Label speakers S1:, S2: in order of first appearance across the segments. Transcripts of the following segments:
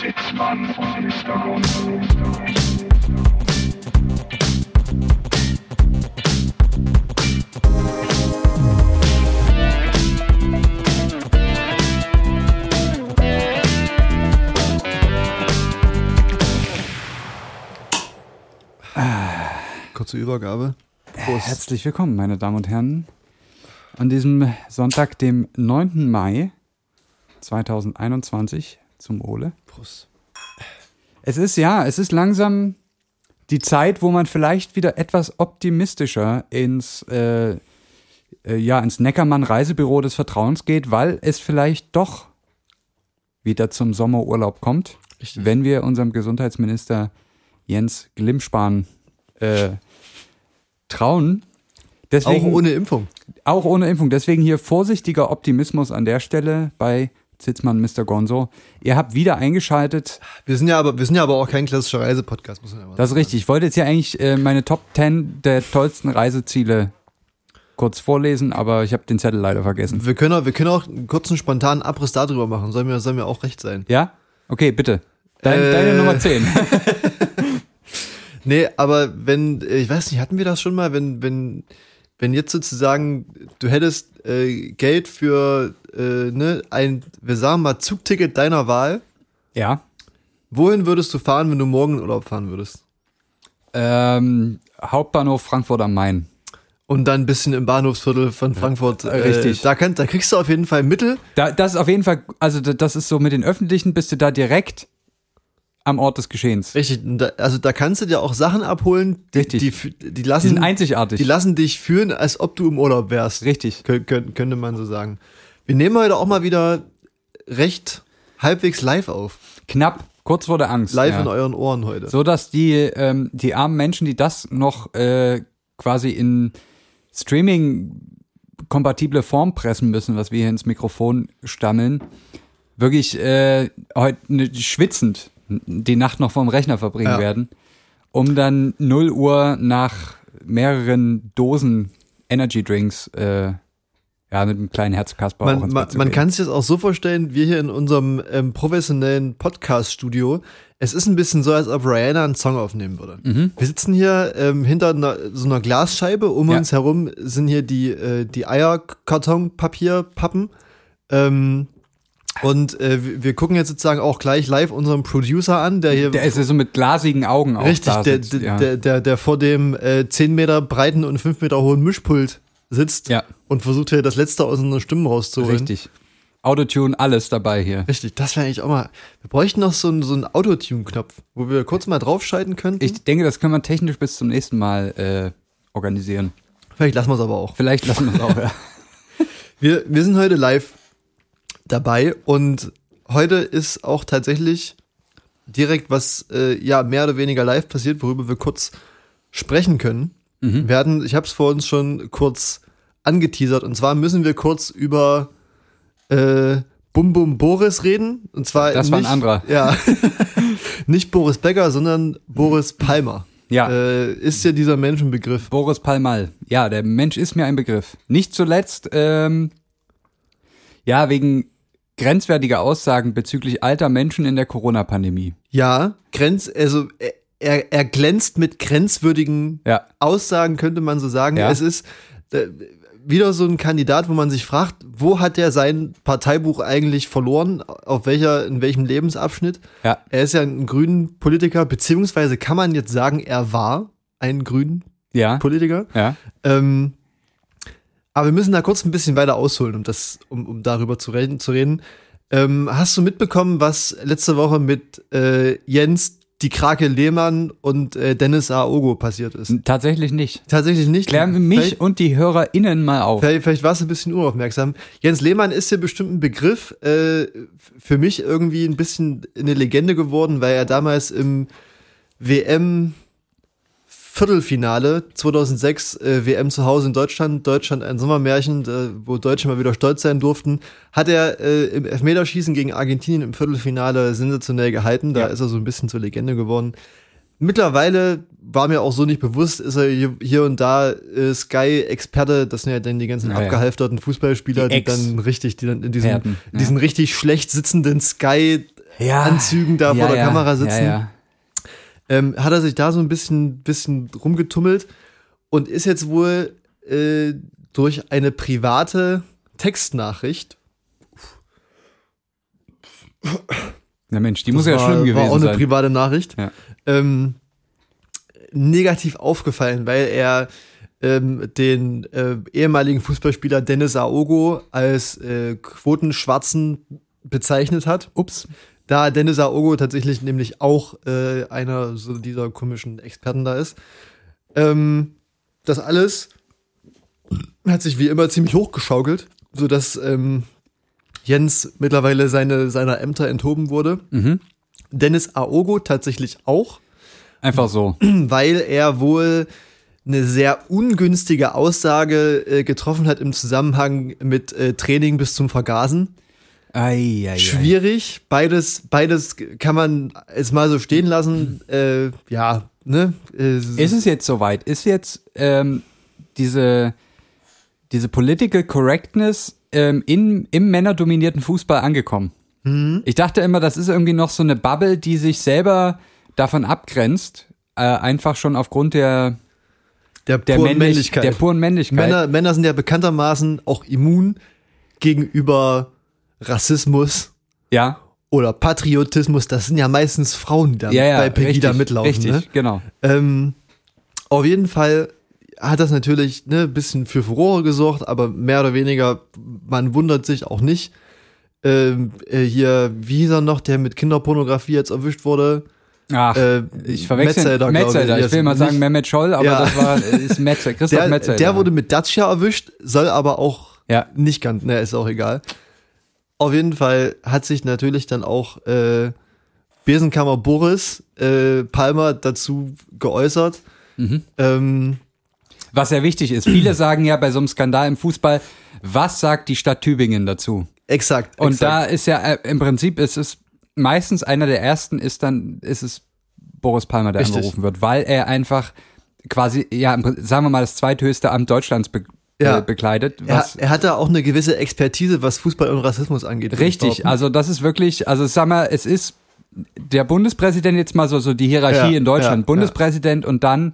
S1: Sitzmann vom Hintergrund.
S2: Kurze Übergabe. Prost.
S3: Herzlich willkommen, meine Damen und Herren. An diesem Sonntag, dem 9. Mai 2021, zum Ole.
S2: Prost.
S3: Es ist ja, es ist langsam die Zeit, wo man vielleicht wieder etwas optimistischer ins, äh, äh, ja, ins Neckermann-Reisebüro des Vertrauens geht, weil es vielleicht doch wieder zum Sommerurlaub kommt,
S2: Richtig.
S3: wenn wir unserem Gesundheitsminister Jens Glimmspahn äh, trauen.
S2: Auch
S3: Deswegen,
S2: ohne Impfung.
S3: auch ohne Impfung. Deswegen hier vorsichtiger Optimismus an der Stelle bei Zitzmann Mr. Gonzo. Ihr habt wieder eingeschaltet.
S2: Wir sind ja aber, wir sind ja aber auch kein klassischer Reisepodcast, muss man ja mal
S3: Das ist richtig. Ich wollte jetzt hier eigentlich äh, meine Top 10 der tollsten Reiseziele kurz vorlesen, aber ich habe den Zettel leider vergessen.
S2: Wir können, auch, wir können auch einen kurzen spontanen Abriss darüber machen. Soll mir, soll mir auch recht sein.
S3: Ja? Okay, bitte. Dein,
S2: Äh.
S3: Deine Nummer 10.
S2: Nee, aber wenn, äh, ich weiß nicht, hatten wir das schon mal, wenn, wenn, wenn jetzt sozusagen, du hättest äh, Geld für äh, ne, ein, wir sagen mal, Zugticket deiner Wahl,
S3: ja.
S2: wohin würdest du fahren, wenn du morgen in Urlaub fahren würdest?
S3: Ähm, Hauptbahnhof Frankfurt am Main.
S2: Und dann ein bisschen im Bahnhofsviertel von Frankfurt. Äh,
S3: richtig.
S2: Da, kann, da kriegst du auf jeden Fall Mittel.
S3: Da, das ist auf jeden Fall, also da- das ist so mit den Öffentlichen, bist du da direkt am Ort des Geschehens.
S2: Richtig, und da, also da kannst du dir auch Sachen abholen, die,
S3: Richtig.
S2: die, f- die lassen
S3: Die sind einzigartig.
S2: die lassen dich fühlen, als ob du im Urlaub wärst.
S3: Richtig.
S2: Kön kön könnte man so sagen. Wir nehmen heute auch mal wieder recht halbwegs live auf.
S3: Knapp, kurz vor der Angst.
S2: Live
S3: ja.
S2: in euren Ohren heute.
S3: So dass die, ähm, die armen Menschen, die das noch äh, quasi in Streaming-kompatible Form pressen müssen, was wir hier ins Mikrofon stammeln, wirklich äh, heute ne, schwitzend die Nacht noch vorm Rechner verbringen
S2: Ja.
S3: werden, um dann 0 Uhr nach mehreren Dosen Energy Drinks äh, ja, mit einem kleinen Herzkasper auch
S2: Man,
S3: ins
S2: man,
S3: Bett zu
S2: man
S3: gehen.
S2: kann es jetzt auch so vorstellen, wir hier in unserem ähm, professionellen Podcast-Studio, es ist ein bisschen so, als ob Rihanna einen Song aufnehmen würde.
S3: Mhm.
S2: Wir sitzen hier ähm, hinter einer, so einer Glasscheibe, um
S3: Ja.
S2: uns herum sind hier die, äh, die Eierkartonpapierpappen. Ähm, und äh, wir- wir gucken jetzt sozusagen auch gleich live unseren Producer an, der hier
S3: Der ist ja so mit glasigen Augen auch
S2: Richtig,
S3: da
S2: der,
S3: sitzt,
S2: der,
S3: ja.
S2: der, der, der vor dem äh, 10 Meter breiten und 5 Meter hohen Mischpult sitzt
S3: Ja.
S2: und versucht hier das Letzte aus unseren Stimmen rauszuholen.
S3: Richtig. Autotune, alles dabei hier.
S2: Richtig, das wäre eigentlich auch mal. Wir bräuchten noch so einen, so einen Autotune-Knopf, wo wir kurz mal draufschalten könnten.
S3: Ich denke, das kann man technisch bis zum nächsten Mal äh, organisieren.
S2: Vielleicht lassen wir es aber auch.
S3: Vielleicht lassen wir es auch. Ja.
S2: Wir, wir sind heute live dabei und heute ist auch tatsächlich direkt was äh, ja mehr oder weniger live passiert, worüber wir kurz sprechen können.
S3: Mhm.
S2: Wir hatten, ich habe es vor uns schon kurz angeteasert und zwar müssen wir kurz über äh, Bum Bum Boris reden und zwar
S3: Das
S2: nicht,
S3: war ein anderer.
S2: Ja, nicht Boris Becker, sondern Boris Palmer.
S3: Ja.
S2: äh, ist ja dieser Menschenbegriff.
S3: Boris Palmal. Ja, der Mensch ist mir ein Begriff. Nicht zuletzt, ähm, ja, wegen grenzwertiger Aussagen bezüglich alter Menschen in der Corona-Pandemie.
S2: Ja, Grenz, also er- er, er glänzt mit grenzwürdigen
S3: Ja.
S2: Aussagen, könnte man so sagen.
S3: Ja.
S2: Es ist äh, wieder so ein Kandidat, wo man sich fragt, wo hat er sein Parteibuch eigentlich verloren? Auf welcher, in welchem Lebensabschnitt?
S3: Ja.
S2: Er ist ja ein grünen Politiker, beziehungsweise kann man jetzt sagen, er war ein grünen
S3: Ja.
S2: Politiker.
S3: Ja.
S2: Ähm, aber wir müssen da kurz ein bisschen weiter ausholen, um das, um, um darüber zu reden. Zu reden. Ähm, hast du mitbekommen, was letzte Woche mit äh, Jens die Krake Lehmann und äh, Dennis Aogo passiert ist?
S3: Tatsächlich nicht.
S2: Tatsächlich nicht.
S3: Klär mich
S2: Vielleicht,
S3: und die HörerInnen mal auf.
S2: vielleicht, vielleicht warst du ein bisschen unaufmerksam. Jens Lehmann ist hier bestimmt ein Begriff, äh, für mich irgendwie ein bisschen eine Legende geworden, weil er damals im WM Viertelfinale 2006 äh, WM zu Hause in Deutschland, Deutschland ein Sommermärchen, äh, wo Deutsche mal wieder stolz sein durften, hat er äh, im Elfmeterschießen gegen Argentinien im Viertelfinale sensationell gehalten. Da
S3: Ja.
S2: ist er so ein bisschen zur Legende geworden. Mittlerweile war mir auch so nicht bewusst, ist er hier, hier und da äh, Sky-Experte, das sind ja dann die ganzen
S3: Ja, ja.
S2: abgehalfterten Fußballspieler,
S3: Die
S2: die,
S3: Ex-
S2: dann richtig, die dann in diesem,
S3: Experten,
S2: in diesem richtig schlecht sitzenden Sky
S3: ja.
S2: Anzügen da vor der Kamera sitzen.
S3: Ja, ja.
S2: ähm, hat er sich da so ein bisschen, bisschen rumgetummelt und ist jetzt wohl äh, durch eine private Textnachricht,
S3: Na Mensch, die muss
S2: das
S3: ja
S2: war,
S3: schlimm
S2: war auch
S3: gewesen
S2: eine
S3: sein.
S2: private Nachricht,
S3: Ja.
S2: ähm, negativ aufgefallen, weil er ähm, den äh, ehemaligen Fußballspieler Dennis Aogo als äh, Quotenschwarzen bezeichnet hat.
S3: Ups.
S2: da Dennis Aogo tatsächlich nämlich auch äh, einer so dieser komischen Experten da ist. Ähm, das alles hat sich wie immer ziemlich hochgeschaukelt, sodass ähm, Jens mittlerweile seine, seiner Ämter enthoben wurde.
S3: Mhm.
S2: Dennis Aogo tatsächlich auch,
S3: Einfach so.
S2: weil er wohl eine sehr ungünstige Aussage äh, getroffen hat im Zusammenhang mit äh, Training bis zum Vergasen.
S3: Ei, ei, ei.
S2: Schwierig, beides, beides kann man jetzt mal so stehen lassen. Äh, ja, ne? Äh,
S3: Ist es jetzt soweit? Ist jetzt ähm, diese, diese Political Correctness ähm, in, im männerdominierten Fußball angekommen?
S2: Mhm.
S3: Ich dachte immer, das ist irgendwie noch so eine Bubble, die sich selber davon abgrenzt, äh, einfach schon aufgrund der,
S2: der,
S3: der,
S2: puren
S3: Männlich-
S2: Männlichkeit.
S3: der puren Männlichkeit.
S2: Männer, Männer sind ja bekanntermaßen auch immun gegenüber Rassismus
S3: ja,
S2: oder Patriotismus. Das sind ja meistens Frauen, die da
S3: ja, ja,
S2: bei Pegida
S3: richtig,
S2: mitlaufen.
S3: Richtig,
S2: Ne?
S3: genau.
S2: Ähm, auf jeden Fall hat das natürlich ne, ein bisschen für Furore gesorgt, aber mehr oder weniger, man wundert sich auch nicht. Ähm, äh, hier, wie hieß er noch, der mit Kinderpornografie jetzt erwischt wurde?
S3: Ach,
S2: Äh,
S3: ich verwechsel
S2: Metzelder, glaub
S3: Metzelder. Ich will mal
S2: Nicht-
S3: sagen Mehmet Scholl, aber
S2: Ja.
S3: das war ist Metzelder. Christoph
S2: der,
S3: Metzelder.
S2: der wurde mit Dacia erwischt, soll aber auch
S3: ja.
S2: nicht ganz, ne, ist auch egal. Auf jeden Fall hat sich natürlich dann auch äh, Besenkammer Boris äh, Palmer dazu geäußert.
S3: Mhm.
S2: Ähm,
S3: Was ja wichtig ist. Viele sagen ja bei so einem Skandal im Fußball, was sagt die Stadt Tübingen dazu?
S2: exakt.
S3: Und
S2: exakt.
S3: da ist ja äh, im Prinzip, es ist meistens einer der ersten, ist dann, ist es Boris Palmer, der
S2: Richtig.
S3: angerufen wird, weil er einfach quasi, ja, im Prin- sagen wir mal, das zweithöchste Amt Deutschlands be
S2: Ja.
S3: äh, bekleidet.
S2: Er,
S3: Was
S2: er hat da auch eine gewisse Expertise, was Fußball und Rassismus angeht. würde ich
S3: richtig,
S2: behaupten.
S3: also das ist wirklich, also sag mal, es ist der Bundespräsident jetzt mal so, so die Hierarchie
S2: Ja,
S3: in Deutschland,
S2: ja, ja.
S3: Bundespräsident und dann,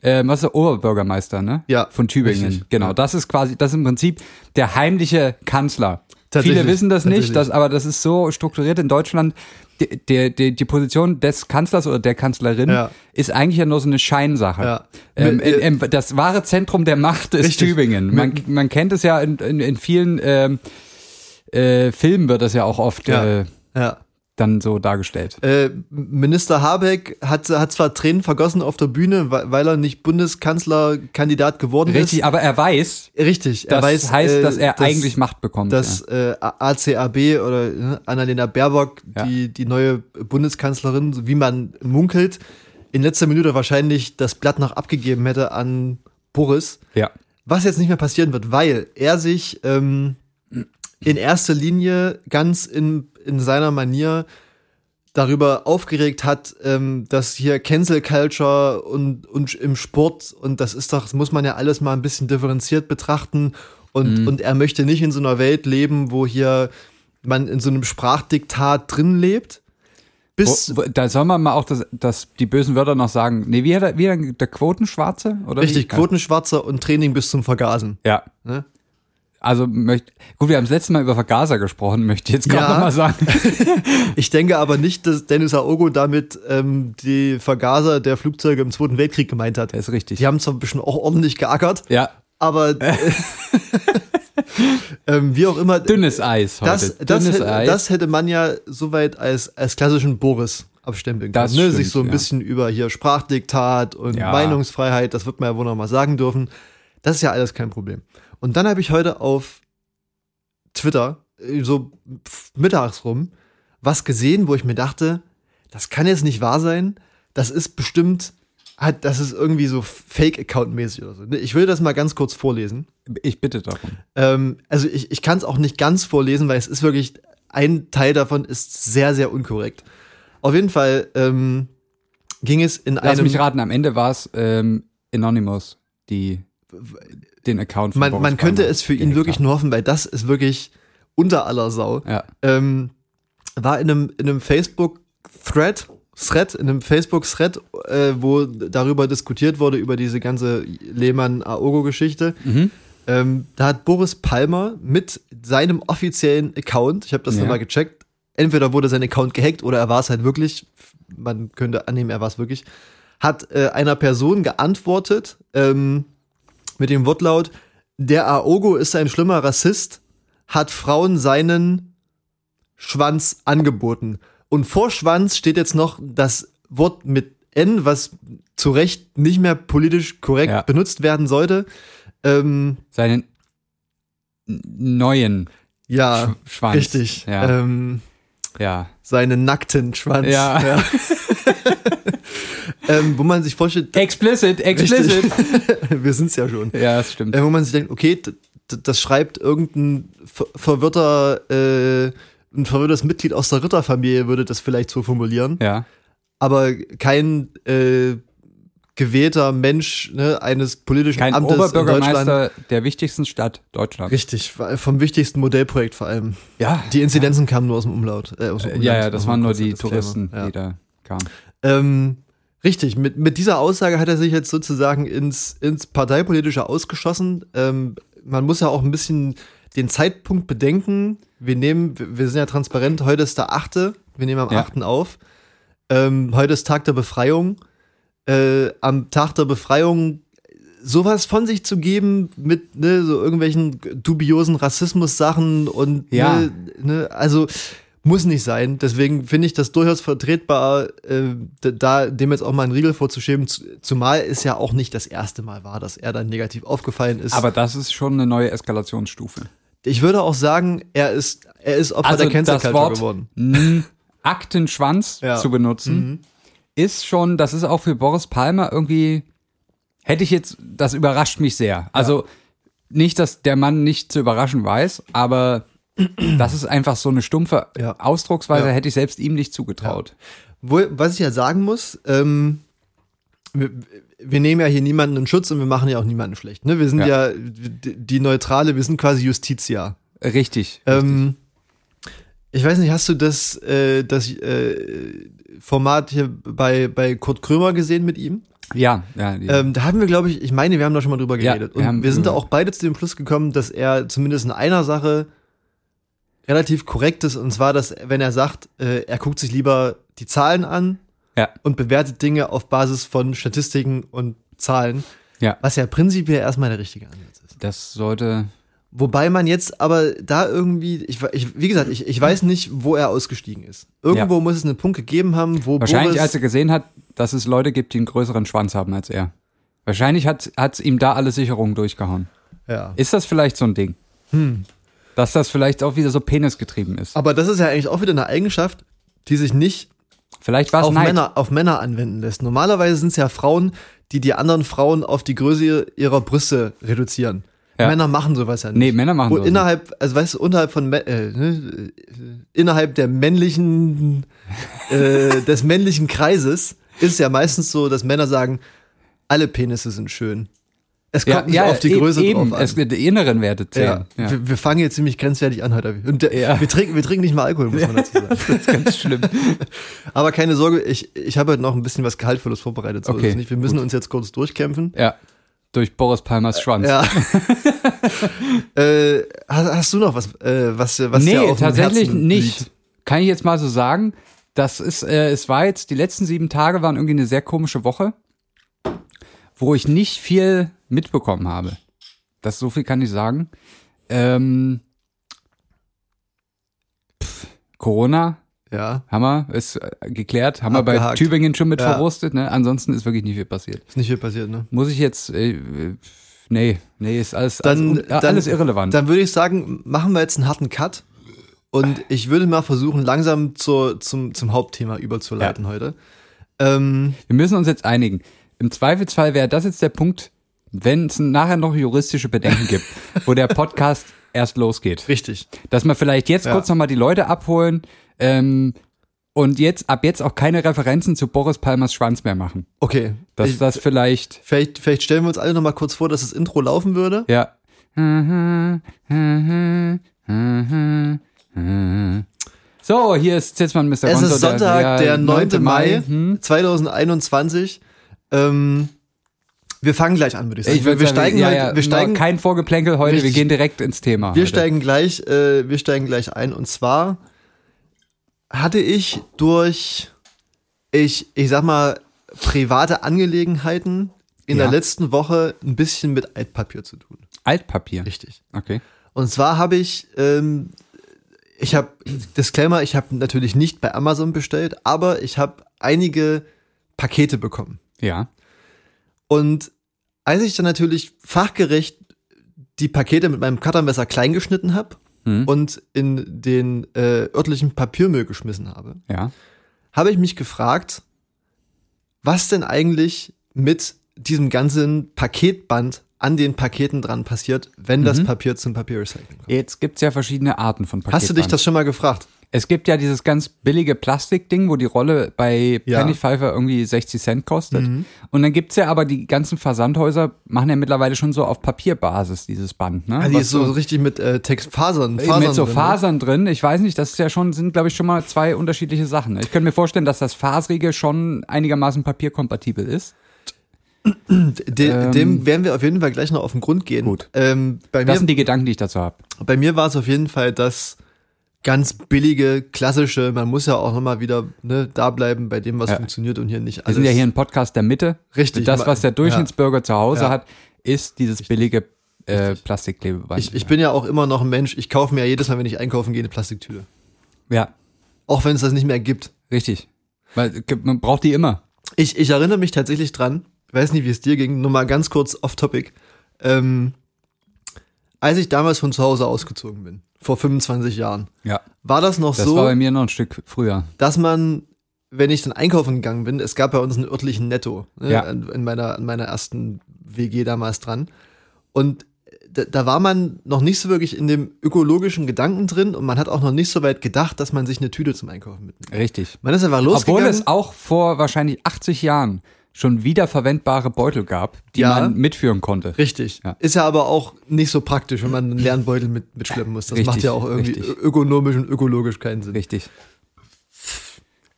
S3: äh, was ist der Oberbürgermeister, ne?
S2: Ja,
S3: Von Tübingen.
S2: richtig.
S3: Genau, das ist quasi, das ist im Prinzip der heimliche Kanzler.
S2: Tatsächlich,
S3: Viele wissen das
S2: tatsächlich.
S3: nicht, das, aber das ist so strukturiert in Deutschland. Die, die, die, die Position des Kanzlers oder der Kanzlerin
S2: Ja.
S3: ist eigentlich ja nur so eine Scheinsache.
S2: Ja.
S3: Ähm,
S2: Mit, äh,
S3: in, in, das wahre Zentrum der Macht ist
S2: Richtig.
S3: Tübingen. Man, man kennt es ja in, in, in vielen ähm, äh, Filmen wird das ja auch oft
S2: Ja.
S3: äh,
S2: Ja.
S3: dann so dargestellt.
S2: Äh, Minister Habeck hat, hat zwar Tränen vergossen auf der Bühne, weil weil er nicht Bundeskanzlerkandidat geworden
S3: Richtig, aber er weiß,
S2: ist. Richtig.
S3: das
S2: er weiß,
S3: heißt,
S2: äh,
S3: dass er eigentlich Macht bekommt.
S2: dass
S3: ja.
S2: äh, A- ACAB oder ne, Annalena Baerbock,
S3: Ja.
S2: die, die neue Bundeskanzlerin, so wie man munkelt, in letzter Minute wahrscheinlich das Blatt noch abgegeben hätte an Boris.
S3: ja.
S2: Was jetzt nicht mehr passieren wird, weil er sich ähm, in erster Linie ganz in, in seiner Manier darüber aufgeregt hat, ähm, dass hier Cancel Culture und, und im Sport und das ist doch, das muss man ja alles mal ein bisschen differenziert betrachten und, und er möchte nicht in so einer Welt leben, wo hier man in so einem Sprachdiktat drin lebt. Bis,
S3: Wo, wo, da soll man mal auch das, das, die bösen Wörter noch sagen. Nee, wie hat er, wie hat er, der Quotenschwarze? Oder
S2: richtig,
S3: wie?
S2: Quotenschwarzer und Training bis zum Vergasen.
S3: Ja.
S2: Ne?
S3: Also möchte, gut, wir haben das letzte Mal über Vergaser gesprochen, möchte ich jetzt gerade
S2: Ja.
S3: noch nochmal sagen.
S2: Ich denke aber nicht, dass Dennis Aogo damit ähm, die Vergaser der Flugzeuge im Zweiten Weltkrieg gemeint hat.
S3: Der ist richtig.
S2: Die haben zwar ein bisschen auch ordentlich geackert,
S3: Ja.
S2: aber äh, ähm, wie auch immer,
S3: Dünnes Eis heute.
S2: das, das,
S3: Dünnes
S2: hätte,
S3: Eis.
S2: das hätte man ja soweit als, als klassischen Boris abstempeln können.
S3: Das
S2: ne?
S3: stimmt,
S2: Sich so ein
S3: ja.
S2: bisschen über hier Sprachdiktat und
S3: Ja.
S2: Meinungsfreiheit, das wird man ja wohl noch mal sagen dürfen. Das ist ja alles kein Problem. Und dann habe ich heute auf Twitter, äh, so pf- mittags rum, was gesehen, wo ich mir dachte, das kann jetzt nicht wahr sein. Das ist bestimmt, hat, das ist irgendwie so Fake-Account-mäßig oder so. Ne? Ich will das mal ganz kurz vorlesen.
S3: ich bitte darum.
S2: Ähm, also ich, ich kann es auch nicht ganz vorlesen, weil es ist wirklich, ein Teil davon ist sehr, sehr unkorrekt. Auf jeden Fall ähm, ging es in
S3: Lass
S2: einem.
S3: mich raten, am Ende war es ähm, Anonymous, die den Account von
S2: man,
S3: Boris
S2: man könnte
S3: Palmer
S2: es für ihn
S3: gehackt
S2: wirklich
S3: haben.
S2: nur hoffen, weil das ist wirklich unter aller Sau.
S3: Ja.
S2: Ähm, war in einem, in einem Facebook-Thread, Thread, in einem Facebook-Thread, äh, wo darüber diskutiert wurde, über diese ganze Lehmann-Aogo-Geschichte.
S3: Mhm.
S2: Ähm, da hat Boris Palmer mit seinem offiziellen Account, ich habe das
S3: Ja.
S2: nochmal gecheckt, entweder wurde sein Account gehackt oder er war es halt wirklich, man könnte annehmen, er war es wirklich, hat äh, einer Person geantwortet ähm, mit dem Wortlaut, der Aogo ist ein schlimmer Rassist, hat Frauen seinen Schwanz angeboten. Und vor Schwanz steht jetzt noch das Wort mit N, was zu Recht nicht mehr politisch korrekt
S3: Ja.
S2: benutzt werden sollte. Ähm,
S3: Seinen n- neuen
S2: ja,
S3: Sch- Schwanz.
S2: Ah, richtig.
S3: Ja.
S2: Ähm,
S3: ja.
S2: seinen nackten Schwanz.
S3: Ja.
S2: ähm, wo man sich vorstellt,
S3: Explicit, explicit.
S2: richtig, wir sind's ja schon.
S3: Ja, das stimmt.
S2: Äh, wo man sich denkt, okay, d- d- das schreibt irgendein ver verwirrter, äh, ein verwirrtes Mitglied aus der Ritterfamilie würde das vielleicht so formulieren,
S3: Ja.
S2: aber kein äh, gewählter Mensch ne, eines politischen
S3: Kein
S2: Amtes in Deutschland.
S3: Oberbürgermeister der wichtigsten Stadt Deutschlands.
S2: Richtig, vom wichtigsten Modellprojekt vor allem.
S3: Ja.
S2: Die Inzidenzen kamen nur aus dem Umlaut. Äh, aus dem
S3: Äh,
S2: Umland.
S3: ja, ja, das
S2: Nochmal
S3: waren nur
S2: kurzer
S3: die
S2: Disclaimer.
S3: Touristen,
S2: Ja.
S3: die da kamen.
S2: Ähm, richtig, mit, mit dieser Aussage hat er sich jetzt sozusagen ins, ins Parteipolitische ausgeschossen. Ähm, man muss ja auch ein bisschen den Zeitpunkt bedenken. Wir nehmen, wir wir sind ja transparent, heute ist der 8. Wir nehmen am
S3: Ja.
S2: 8. auf. Ähm, heute ist Tag der Befreiung. Äh, am Tag der Befreiung sowas von sich zu geben mit ne, so irgendwelchen dubiosen Rassismus-Sachen und
S3: Ja.
S2: ne, ne, also muss nicht sein. Deswegen finde ich das durchaus vertretbar, äh, d- da dem jetzt auch mal einen Riegel vorzuschieben. Z- Zumal es ja auch nicht das erste Mal war, dass er dann negativ aufgefallen ist.
S3: Aber das ist schon eine neue Eskalationsstufe.
S2: ich würde auch sagen, er ist er ist Opfer der Cancel
S3: Also das
S2: Culture
S3: Wort
S2: geworden.
S3: n- Aktenschwanz
S2: Ja. Mhm.
S3: zu benutzen, ist schon, das ist auch für Boris Palmer irgendwie, hätte ich jetzt, das überrascht mich sehr. Also nicht, dass der Mann nicht zu überraschen weiß, aber das ist einfach so eine stumpfe
S2: Ja.
S3: Ausdrucksweise,
S2: Ja.
S3: hätte ich selbst ihm nicht zugetraut.
S2: Wo, was ich ja sagen muss, ähm, wir, wir nehmen ja hier niemanden in Schutz und wir machen ja auch niemanden schlecht. Ne? Wir sind
S3: Ja.
S2: ja, die, die Neutrale, wir sind quasi Justitia.
S3: Richtig.
S2: Ähm, ich weiß nicht, hast du das, äh, das äh, Format hier bei, bei Kurt Krömer gesehen mit ihm?
S3: ja, ja. Die,
S2: Ähm, da haben wir, glaube ich, ich meine, wir haben da schon mal drüber
S3: Ja,
S2: geredet.
S3: wir haben äh,
S2: und wir sind da
S3: drüber-
S2: auch beide zu dem Schluss gekommen, dass er zumindest in einer Sache relativ korrekt ist. Und zwar, dass, wenn er sagt, äh, er guckt sich lieber die Zahlen an
S3: Ja.
S2: und bewertet Dinge auf Basis von Statistiken und Zahlen.
S3: Ja.
S2: Was ja prinzipiell erstmal der richtige Ansatz ist.
S3: das sollte,
S2: Wobei man jetzt aber da irgendwie, ich, we- ich, wie gesagt, ich, ich weiß nicht, wo er ausgestiegen ist. Irgendwo muss es einen Punkt gegeben haben, wo
S3: wahrscheinlich
S2: Boris,
S3: als er gesehen hat, dass es Leute gibt, die einen größeren Schwanz haben als er. Wahrscheinlich hat es ihm da alle Sicherungen durchgehauen.
S2: ja.
S3: Ist das vielleicht so ein Ding?
S2: Hm.
S3: Dass das vielleicht auch wieder so penisgetrieben ist.
S2: Aber das ist ja eigentlich auch wieder eine Eigenschaft, die sich nicht
S3: Vielleicht war es
S2: auf
S3: Neid.
S2: Männer, auf Männer anwenden lässt. Normalerweise sind es ja Frauen, die die anderen Frauen auf die Größe ihrer Brüste reduzieren.
S3: Ja.
S2: Männer machen sowas ja nicht.
S3: Nee, Männer machen
S2: Wo
S3: sowas
S2: innerhalb, also weißt du, unterhalb von Mä- äh, ne, äh, innerhalb der männlichen äh, des männlichen Kreises ist es ja meistens so, dass Männer sagen, alle Penisse sind schön. Es kommt nicht auf die
S3: e-
S2: Größe
S3: eben,
S2: drauf an.
S3: Es, die inneren Werte zählen.
S2: ja.
S3: Ja.
S2: Wir, wir fangen jetzt ziemlich grenzwertig an heute. Und der,
S3: Ja.
S2: wir, trinken, wir trinken nicht mal Alkohol, muss man dazu sagen.
S3: Das ist ganz schlimm.
S2: Aber keine Sorge, ich, ich habe heute noch ein bisschen was Gehaltvolles vorbereitet. So
S3: Okay,
S2: ist es nicht. Wir müssen uns jetzt kurz durchkämpfen.
S3: ja. Durch Boris Palmers Schwanz.
S2: Ja. äh, hast, hast du noch was, äh, was, was
S3: nee,
S2: dir auf dem
S3: tatsächlich
S2: Herzen
S3: nicht.
S2: Liegt?
S3: Kann ich jetzt mal so sagen, das ist, äh, es war jetzt, die letzten sieben Tage waren irgendwie eine sehr komische Woche, wo ich nicht viel mitbekommen habe. Das so viel kann ich sagen. Ähm, pff, Corona,
S2: Ja,
S3: Hammer, ist äh, geklärt, haben wir bei
S2: Abgehakt.
S3: Tübingen schon mit
S2: Ja.
S3: verwurstet, ne? Ansonsten ist wirklich nicht viel passiert.
S2: ist nicht viel passiert, ne?
S3: Muss ich jetzt, äh, äh, nee, nee, ist alles,
S2: Dann-
S3: alles, un- äh,
S2: Also, dann-
S3: alles irrelevant.
S2: Dann würde ich sagen, machen wir jetzt einen harten Cut. Und ich würde mal versuchen, langsam zur, zum, zum Hauptthema überzuleiten heute. Ähm,
S3: Wir müssen uns jetzt einigen. Im Zweifelsfall wäre das jetzt der Punkt, wenn es nachher noch juristische Bedenken gibt, wo der Podcast erst losgeht.
S2: richtig.
S3: Dass wir vielleicht jetzt
S2: Ja.
S3: kurz nochmal die Leute abholen ähm, und jetzt ab jetzt auch keine Referenzen zu Boris Palmers Schwanz mehr machen.
S2: Okay.
S3: Dass
S2: ich,
S3: das vielleicht,
S2: vielleicht, vielleicht stellen wir uns alle noch mal kurz vor, dass das Intro laufen würde.
S3: ja. So, hier ist Zitzmann Mr.
S2: Es
S3: Gonzo,
S2: ist Sonntag, der, 9. Mai
S3: Hm?
S2: 2021. Ähm, wir fangen gleich an, würde ich sagen.
S3: Ich
S2: wir,
S3: würde
S2: wir
S3: sagen,
S2: steigen,
S3: ja,
S2: heute-
S3: ja,
S2: wir steigen,
S3: kein Vorgeplänkel heute, wir
S2: Richtig.
S3: gehen direkt ins Thema.
S2: wir
S3: heute.
S2: steigen gleich, äh, wir steigen gleich ein. Und zwar hatte ich durch, ich, ich sag mal, private Angelegenheiten in
S3: Ja.
S2: der letzten Woche ein bisschen mit Altpapier zu tun.
S3: Altpapier.
S2: Richtig.
S3: Okay.
S2: Und zwar habe ich, ähm, ich habe, Disclaimer, ich habe natürlich nicht bei Amazon bestellt, aber ich habe einige Pakete bekommen.
S3: Ja.
S2: Und als ich dann natürlich fachgerecht die Pakete mit meinem Cuttermesser klein geschnitten habe
S3: Hm.
S2: und in den äh, örtlichen Papiermüll geschmissen habe,
S3: Ja.
S2: habe ich mich gefragt, was denn eigentlich mit diesem ganzen Paketband an den Paketen dran passiert, wenn das
S3: Mhm.
S2: Papier zum Papierrecycling kommt.
S3: Jetzt gibt's ja verschiedene Arten von Paketband.
S2: Hast du dich das schon mal gefragt?
S3: Es gibt ja dieses ganz billige Plastikding, wo die Rolle bei
S2: Ja. Mhm.
S3: Pennypfeifer irgendwie 60 Cent kostet. Und dann gibt's ja aber die ganzen Versandhäuser machen ja mittlerweile schon so auf Papierbasis dieses Band, ne?
S2: Also die
S3: Was
S2: ist so richtig mit äh, Textfasern.
S3: Fasern mit so
S2: drin, ne?
S3: Fasern drin. Ich weiß nicht, das ist ja schon, sind glaube ich schon mal zwei unterschiedliche Sachen. ne? Ich könnte mir vorstellen, dass das Fasrige schon einigermaßen papierkompatibel ist.
S2: De dem werden wir auf jeden Fall gleich noch auf den Grund gehen.
S3: Ähm. Gut.
S2: Ähm, bei,
S3: Das sind
S2: mir,
S3: die Gedanken, die ich dazu habe.
S2: bei mir war es auf jeden Fall das ganz billige, klassische, man muss ja auch nochmal wieder ne, da bleiben bei dem, was
S3: Ja.
S2: funktioniert und hier nicht
S3: Wir
S2: alles.
S3: sind ja hier ein Podcast der Mitte.
S2: Richtig.
S3: Das, was der Durchschnittsbürger zu Hause
S2: Ja.
S3: hat, ist dieses billige äh, Plastikklebeband.
S2: ich, ich bin ja auch immer noch ein Mensch, ich kaufe mir ja jedes Mal, wenn ich einkaufen gehe, eine Plastiktüte.
S3: ja,
S2: Auch wenn es das nicht mehr gibt.
S3: richtig. Weil äh, man braucht die immer.
S2: Ich, ich erinnere mich tatsächlich dran, weiß nicht, wie es dir ging, nur mal ganz kurz off-topic. Ähm, als ich damals von zu Hause ausgezogen bin, vor 25 Jahren,
S3: Ja.
S2: war das noch
S3: Das
S2: so,
S3: war bei mir noch ein Stück früher.
S2: dass man, wenn ich dann einkaufen gegangen bin, es gab bei uns einen örtlichen Netto ne,
S3: Ja.
S2: an, in, meiner, in meiner ersten WG damals dran. Und da, da war man noch nicht so wirklich in dem ökologischen Gedanken drin und man hat auch noch nicht so weit gedacht, dass man sich eine Tüte zum Einkaufen mitnimmt.
S3: Richtig.
S2: Man ist einfach losgegangen.
S3: Obwohl es auch vor wahrscheinlich 80 Jahren schon wieder verwendbare Beutel gab, die
S2: Ja.
S3: man mitführen konnte.
S2: Richtig.
S3: Ja.
S2: Ist ja aber auch nicht so praktisch, wenn man einen Lernbeutel mit, mitschleppen muss. Das
S3: Richtig,
S2: macht ja auch irgendwie
S3: richtig.
S2: ökonomisch und ökologisch keinen Sinn.
S3: Richtig.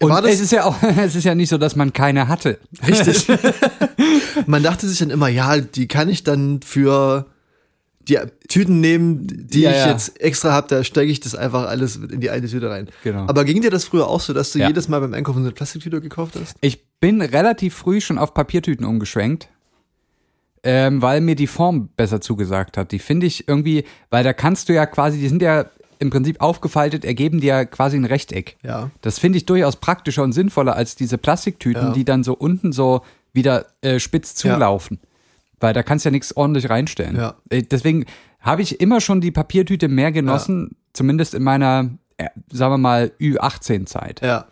S3: Und
S2: War das-
S3: es ist ja auch, es ist ja nicht so, dass man keine hatte.
S2: Richtig. man dachte sich dann immer, ja, die kann ich dann für die Tüten nehmen, die
S3: Ja,
S2: ich
S3: ja.
S2: jetzt extra habe, da stecke ich das einfach alles in die eine Tüte rein.
S3: Genau.
S2: Aber ging dir das früher auch so, dass du
S3: Ja.
S2: jedes Mal beim Einkaufen so eine Plastiktüte gekauft hast?
S3: Ich bin relativ früh schon auf Papiertüten umgeschwenkt, ähm, weil mir die Form besser zugesagt hat. Die finde ich irgendwie, weil da kannst du ja quasi, die sind ja im Prinzip aufgefaltet, ergeben dir ja quasi ein Rechteck.
S2: Ja.
S3: Das finde ich durchaus praktischer und sinnvoller als diese Plastiktüten,
S2: Ja.
S3: die dann so unten so wieder äh, spitz
S2: Ja.
S3: zulaufen. Weil da kannst du ja nichts ordentlich reinstellen.
S2: Ja.
S3: Äh, Deswegen habe ich immer schon die Papiertüte mehr genossen, zumindest in meiner, äh, sagen wir mal, Ü18-Zeit.
S2: Ja.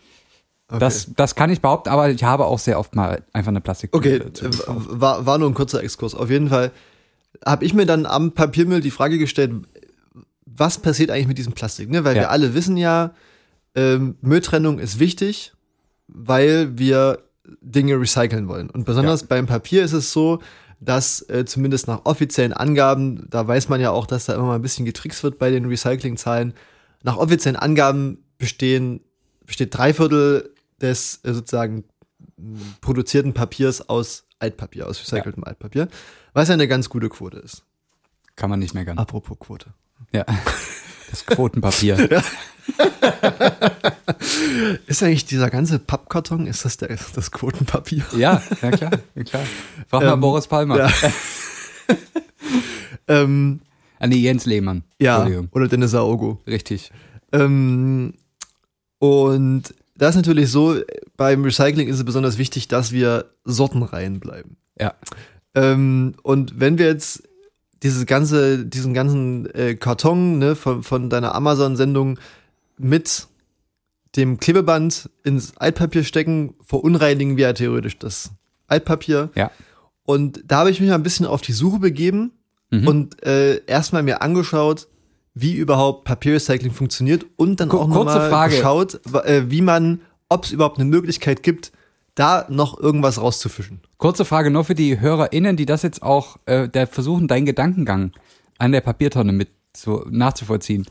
S2: Okay.
S3: Das, das kann ich behaupten, aber ich habe auch sehr oft mal einfach eine Plastiktüte.
S2: Okay,
S3: dazu.
S2: äh, war, war nur ein kurzer Exkurs. Auf jeden Fall habe ich mir dann am Papiermüll die Frage gestellt, was passiert eigentlich mit diesem Plastik? Ne? Weil
S3: Ja.
S2: wir alle wissen ja, ähm, Mülltrennung ist wichtig, weil wir Dinge recyceln wollen. Und besonders beim Papier ist es so, dass äh, zumindest nach offiziellen Angaben, da weiß man ja auch, dass da immer mal ein bisschen getrickst wird bei den Recyclingzahlen, nach offiziellen Angaben bestehen, besteht drei Viertel des äh, sozusagen produzierten Papiers aus Altpapier, aus recyceltem Altpapier, was ja eine ganz gute Quote ist.
S3: Kann man nicht meckern.
S2: Apropos Quote.
S3: Ja. Das Quotenpapier.
S2: Ist eigentlich dieser ganze Pappkarton, ist das der, ist das Quotenpapier?
S3: ja, ja klar, ja klar. Frag mal
S2: Ähm,
S3: Boris Palmer.
S2: ja. Ähm,
S3: Ah, nee, Jens Lehmann.
S2: ja,
S3: Entschuldigung.
S2: oder Dennis Aogo.
S3: Richtig.
S2: Ähm, und das ist natürlich so, beim Recycling ist es besonders wichtig, dass wir sortenrein bleiben.
S3: Ja.
S2: Ähm, und wenn wir jetzt dieses ganze, diesen ganzen äh, Karton ne, von, von deiner Amazon-Sendung mit dem Klebeband ins Altpapier stecken, verunreinigen wir ja theoretisch das Altpapier.
S3: Ja.
S2: Und da habe ich mich mal ein bisschen auf die Suche begeben
S3: Mhm.
S2: und äh, erstmal mir angeschaut, wie überhaupt Papierrecycling funktioniert und dann
S3: Ku-
S2: auch
S3: kurze
S2: nochmal
S3: Frage.
S2: geschaut, wa- äh, wie man, ob es überhaupt eine Möglichkeit gibt, da noch irgendwas rauszufischen.
S3: Kurze Frage nur für die HörerInnen, die das jetzt auch äh, da versuchen, deinen Gedankengang an der Papiertonne mit zu, nachzuvollziehen.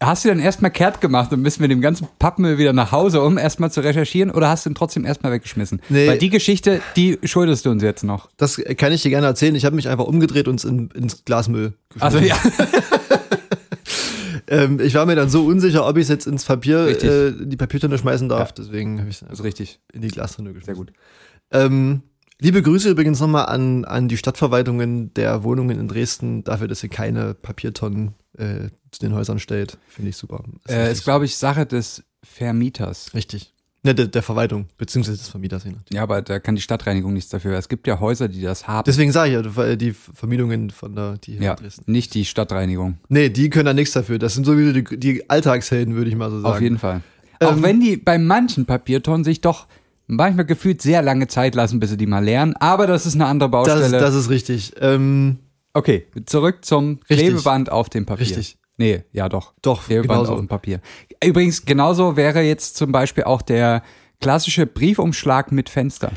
S3: Hast du dann erstmal kehrt gemacht und bist mit dem ganzen Pappmüll wieder nach Hause, um erstmal zu recherchieren, oder hast du ihn trotzdem erstmal weggeschmissen?
S2: Nee.
S3: Weil die Geschichte, die schuldest du uns jetzt noch.
S2: Das kann ich dir gerne erzählen. Ich habe mich einfach umgedreht und es in, ins Glasmüll
S3: Also ja,
S2: Ähm, ich war mir dann so unsicher, ob ich es jetzt ins Papier,
S3: Richtig.
S2: äh, in die Papiertonne schmeißen darf. Deswegen habe ich es
S3: ist richtig.
S2: in die Glastonne geschmissen.
S3: Sehr gut.
S2: Ähm, liebe Grüße übrigens nochmal an, an die Stadtverwaltungen der Wohnungen in Dresden, dafür, dass ihr keine Papiertonnen äh, zu den Häusern stellt. Finde ich super. Ist
S3: Äh,
S2: richtig.
S3: ist, glaube ich, Sache des Vermieters.
S2: richtig. Ne, der, der Verwaltung, beziehungsweise des Vermieters. je nachdem.
S3: Ja, aber da kann die Stadtreinigung nichts dafür. Es gibt ja Häuser, die das haben.
S2: Deswegen sage ich ja, weil die Vermietungen von der, die hier
S3: ja,
S2: in Dresden.
S3: nicht die Stadtreinigung.
S2: Nee, die können da nichts dafür. Das sind sowieso die, die Alltagshelden, würde ich mal so sagen.
S3: Auf jeden Fall.
S2: Ähm,
S3: Auch wenn die bei manchen Papiertonnen sich doch manchmal gefühlt sehr lange Zeit lassen, bis sie die mal lernen. Aber das ist eine andere Baustelle.
S2: das, das ist richtig. Ähm,
S3: okay, zurück zum
S2: Richtig.
S3: Klebeband auf dem Papier.
S2: Richtig.
S3: Nee, ja doch.
S2: Doch,
S3: Klebeband
S2: genauso.
S3: auf dem Papier. Übrigens, genauso wäre jetzt zum Beispiel auch der klassische Briefumschlag mit Fenster.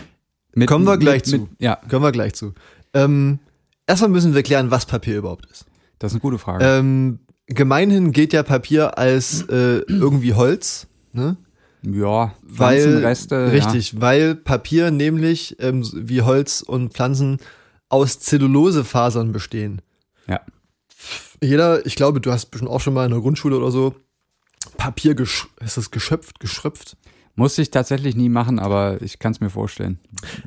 S3: Mit,
S2: Kommen wir
S3: mit-
S2: gleich
S3: mit,
S2: zu.
S3: ja,
S2: Kommen wir gleich zu. Ähm, erstmal müssen wir klären, was Papier überhaupt ist.
S3: das ist eine gute Frage.
S2: Ähm, gemeinhin gilt ja Papier als äh, irgendwie Holz, ne?
S3: ja,
S2: Weil,
S3: Pflanzenreste.
S2: richtig, weil Papier nämlich ähm, wie Holz und Pflanzen aus Zellulosefasern bestehen.
S3: Ja.
S2: Jeder, ich glaube, du hast bestimmt auch schon mal in der Grundschule oder so Papier gesch ist das geschöpft, geschröpft.
S3: Muss ich tatsächlich nie machen, aber ich kann es mir vorstellen.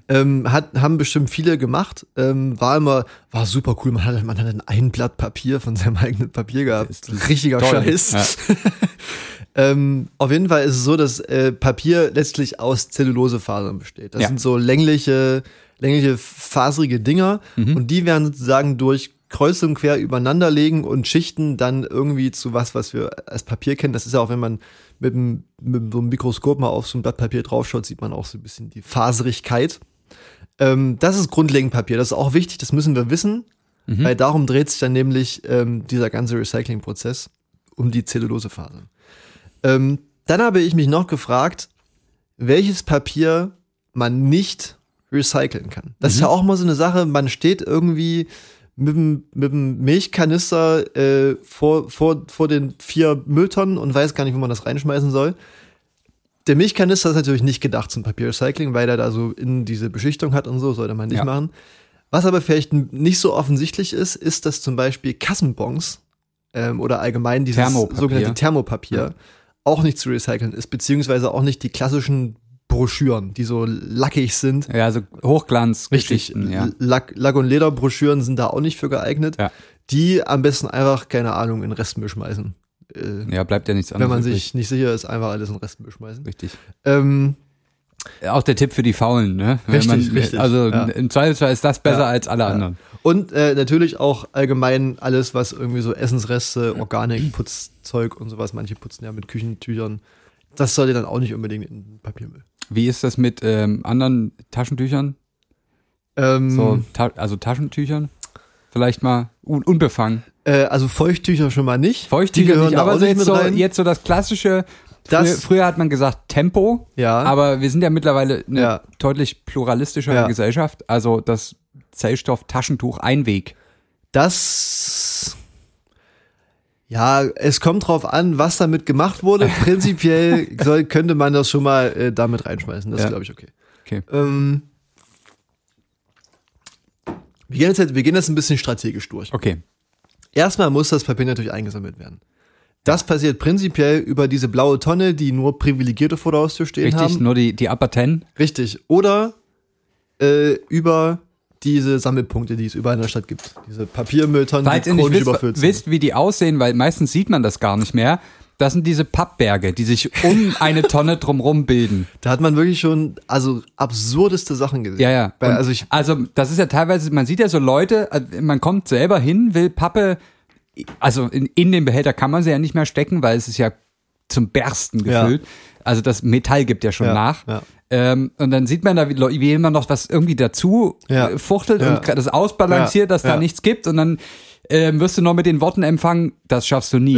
S2: Ähm, hat, haben bestimmt viele gemacht. Ähm, war immer, war super cool. Man hatte, man hatte ein Einblatt Papier von seinem eigenen Papier gehabt. Richtiger
S3: toll.
S2: Scheiß. ähm, auf jeden Fall ist es so, dass äh, Papier letztlich aus Zellulosefasern besteht. Das
S3: Ja.
S2: sind so längliche, längliche, faserige Dinger.
S3: Mhm.
S2: Und die werden sozusagen durch Kreuz und quer übereinander legen und Schichten dann irgendwie zu was, was wir als Papier kennen. Das ist ja auch, wenn man mit, dem, mit so einem Mikroskop mal auf so ein Blatt Papier draufschaut, sieht man auch so ein bisschen die Faserigkeit. Ähm, das ist grundlegend Papier. Das ist auch wichtig, das müssen wir wissen, weil darum dreht sich dann nämlich ähm, dieser ganze Recyclingprozess um die Zellulosephase. Ähm, dann habe ich mich noch gefragt, welches Papier man nicht recyceln kann. Das ist ja auch mal so eine Sache, man steht irgendwie mit dem, mit dem Milchkanister äh, vor, vor, vor den vier Mülltonnen und weiß gar nicht, wo man das reinschmeißen soll. Der Milchkanister ist natürlich nicht gedacht zum Papierrecycling, weil er da so in diese Beschichtung hat und so, sollte man nicht
S3: Ja.
S2: machen. Was aber vielleicht n- nicht so offensichtlich ist, ist, dass zum Beispiel Kassenbons ähm, oder allgemein dieses
S3: Thermopapier.
S2: sogenannte Thermopapier
S3: Ja.
S2: auch nicht zu recyceln ist, beziehungsweise auch nicht die klassischen Broschüren, die so lackig sind.
S3: Ja, also Hochglanz.
S2: Richtig,
S3: Ja.
S2: Lack, Lack- und Lederbroschüren sind da auch nicht für geeignet.
S3: Ja.
S2: Die am besten einfach, keine Ahnung, in Restmüll schmeißen. Äh,
S3: ja, bleibt ja nichts
S2: wenn
S3: anderes.
S2: man
S3: übrig.
S2: sich nicht sicher ist, einfach alles in Restmüll schmeißen.
S3: Richtig.
S2: Ähm,
S3: Auch der Tipp für die Faulen, ne? Wenn
S2: Richtig,
S3: man,
S2: richtig,
S3: Also
S2: ja.
S3: im Zweifelsfall ist das besser
S2: Ja,
S3: als alle anderen.
S2: Und äh, natürlich auch allgemein alles, was irgendwie so Essensreste, Organik, Putzzeug und sowas, manche putzen ja mit Küchentüchern. Das sollte dann auch nicht unbedingt in den Papiermüll.
S3: Wie ist das mit ähm, anderen Taschentüchern?
S2: Ähm,
S3: So, ta also Taschentüchern? Vielleicht mal un unbefangen.
S2: äh, also Feuchttücher schon mal nicht. Die
S3: Feuchttücher
S2: gehören
S3: nicht,
S2: da
S3: aber
S2: auch
S3: so
S2: nicht
S3: jetzt,
S2: mit
S3: so,
S2: rein.
S3: jetzt so das klassische.
S2: Das-
S3: früher, früher hat man gesagt Tempo,
S2: Ja.
S3: aber wir sind ja mittlerweile eine
S2: Ja.
S3: deutlich pluralistische
S2: Ja.
S3: Gesellschaft. Also das Zellstoff, Taschentuch, Einweg.
S2: Das. Ja, es kommt drauf an, was damit gemacht wurde. Prinzipiell soll, könnte man das schon mal äh, damit reinschmeißen. Das
S3: Ja.
S2: ist, glaube ich, okay.
S3: Okay.
S2: Ähm, wir, gehen jetzt, halt- wir gehen jetzt ein bisschen strategisch durch.
S3: Okay.
S2: Erstmal muss das Papier natürlich eingesammelt werden. Das passiert prinzipiell über diese blaue Tonne, die nur Privilegierte vor der Haustür stehen
S3: Richtig,
S2: haben.
S3: nur die, die Upper Ten.
S2: Richtig. Oder äh, über diese Sammelpunkte, die es überall in der Stadt gibt. Diese Papiermülltonnen,
S3: Falls
S2: die
S3: ihr nicht
S2: chronisch
S3: wisst,
S2: überfüllt sind.
S3: wisst, wie die aussehen, weil meistens sieht man das gar nicht mehr, das sind diese Pappberge, die sich um eine Tonne drumrum bilden.
S2: Da hat man wirklich schon also absurdeste Sachen gesehen.
S3: Ja, ja.
S2: Weil,
S3: Und
S2: also ich,
S3: also das ist ja teilweise, man sieht ja so Leute, äh, man kommt selber hin, will Pappe, also in, in den Behälter kann man sie ja nicht mehr stecken, weil es ist ja zum Bersten
S2: Ja.
S3: gefüllt. Also das Metall gibt ja schon
S2: Ja,
S3: nach.
S2: ja.
S3: Ähm, und dann sieht man da, wie, Leu- wie jemand noch was irgendwie dazu
S2: Ja.
S3: äh, fuchtelt
S2: Ja.
S3: und gra- das ausbalanciert,
S2: Ja,
S3: dass da
S2: ja.
S3: nichts gibt. Und dann ähm, wirst du noch mit den Worten empfangen, das schaffst du nie.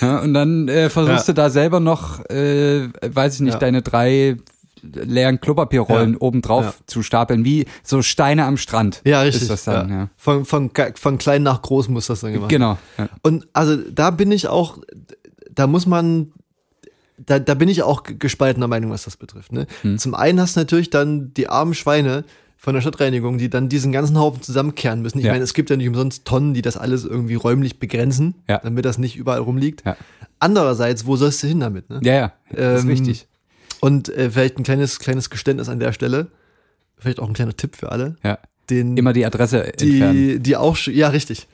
S3: Ja. und dann äh, versuchst
S2: Ja.
S3: du da selber noch, äh, weiß ich nicht,
S2: Ja.
S3: deine drei leeren Klopapierrollen
S2: Ja.
S3: obendrauf
S2: Ja.
S3: zu stapeln, wie so Steine am Strand.
S2: ja, richtig.
S3: Ist das dann, ja.
S2: Von, von, von klein nach groß muss das dann gemacht
S3: Genau. Ja.
S2: Und also da bin ich auch, da muss man, da, da bin ich auch ge- gespaltener Meinung, was das betrifft. Ne?
S3: Hm.
S2: Zum einen hast du natürlich dann die armen Schweine von der Stadtreinigung, die dann diesen ganzen Haufen zusammenkehren müssen. Ich
S3: Ja.
S2: meine, es gibt ja nicht umsonst Tonnen, die das alles irgendwie räumlich begrenzen,
S3: Ja.
S2: damit das nicht überall rumliegt.
S3: Ja.
S2: Andererseits, wo sollst du hin damit? Ne?
S3: Ja, ja, das ist
S2: Ähm,
S3: richtig.
S2: Und äh, vielleicht ein kleines, kleines Geständnis an der Stelle, vielleicht auch ein kleiner Tipp für alle,
S3: Ja.
S2: den
S3: Immer die Adresse entfernen.
S2: die, die auch schon, ja, richtig,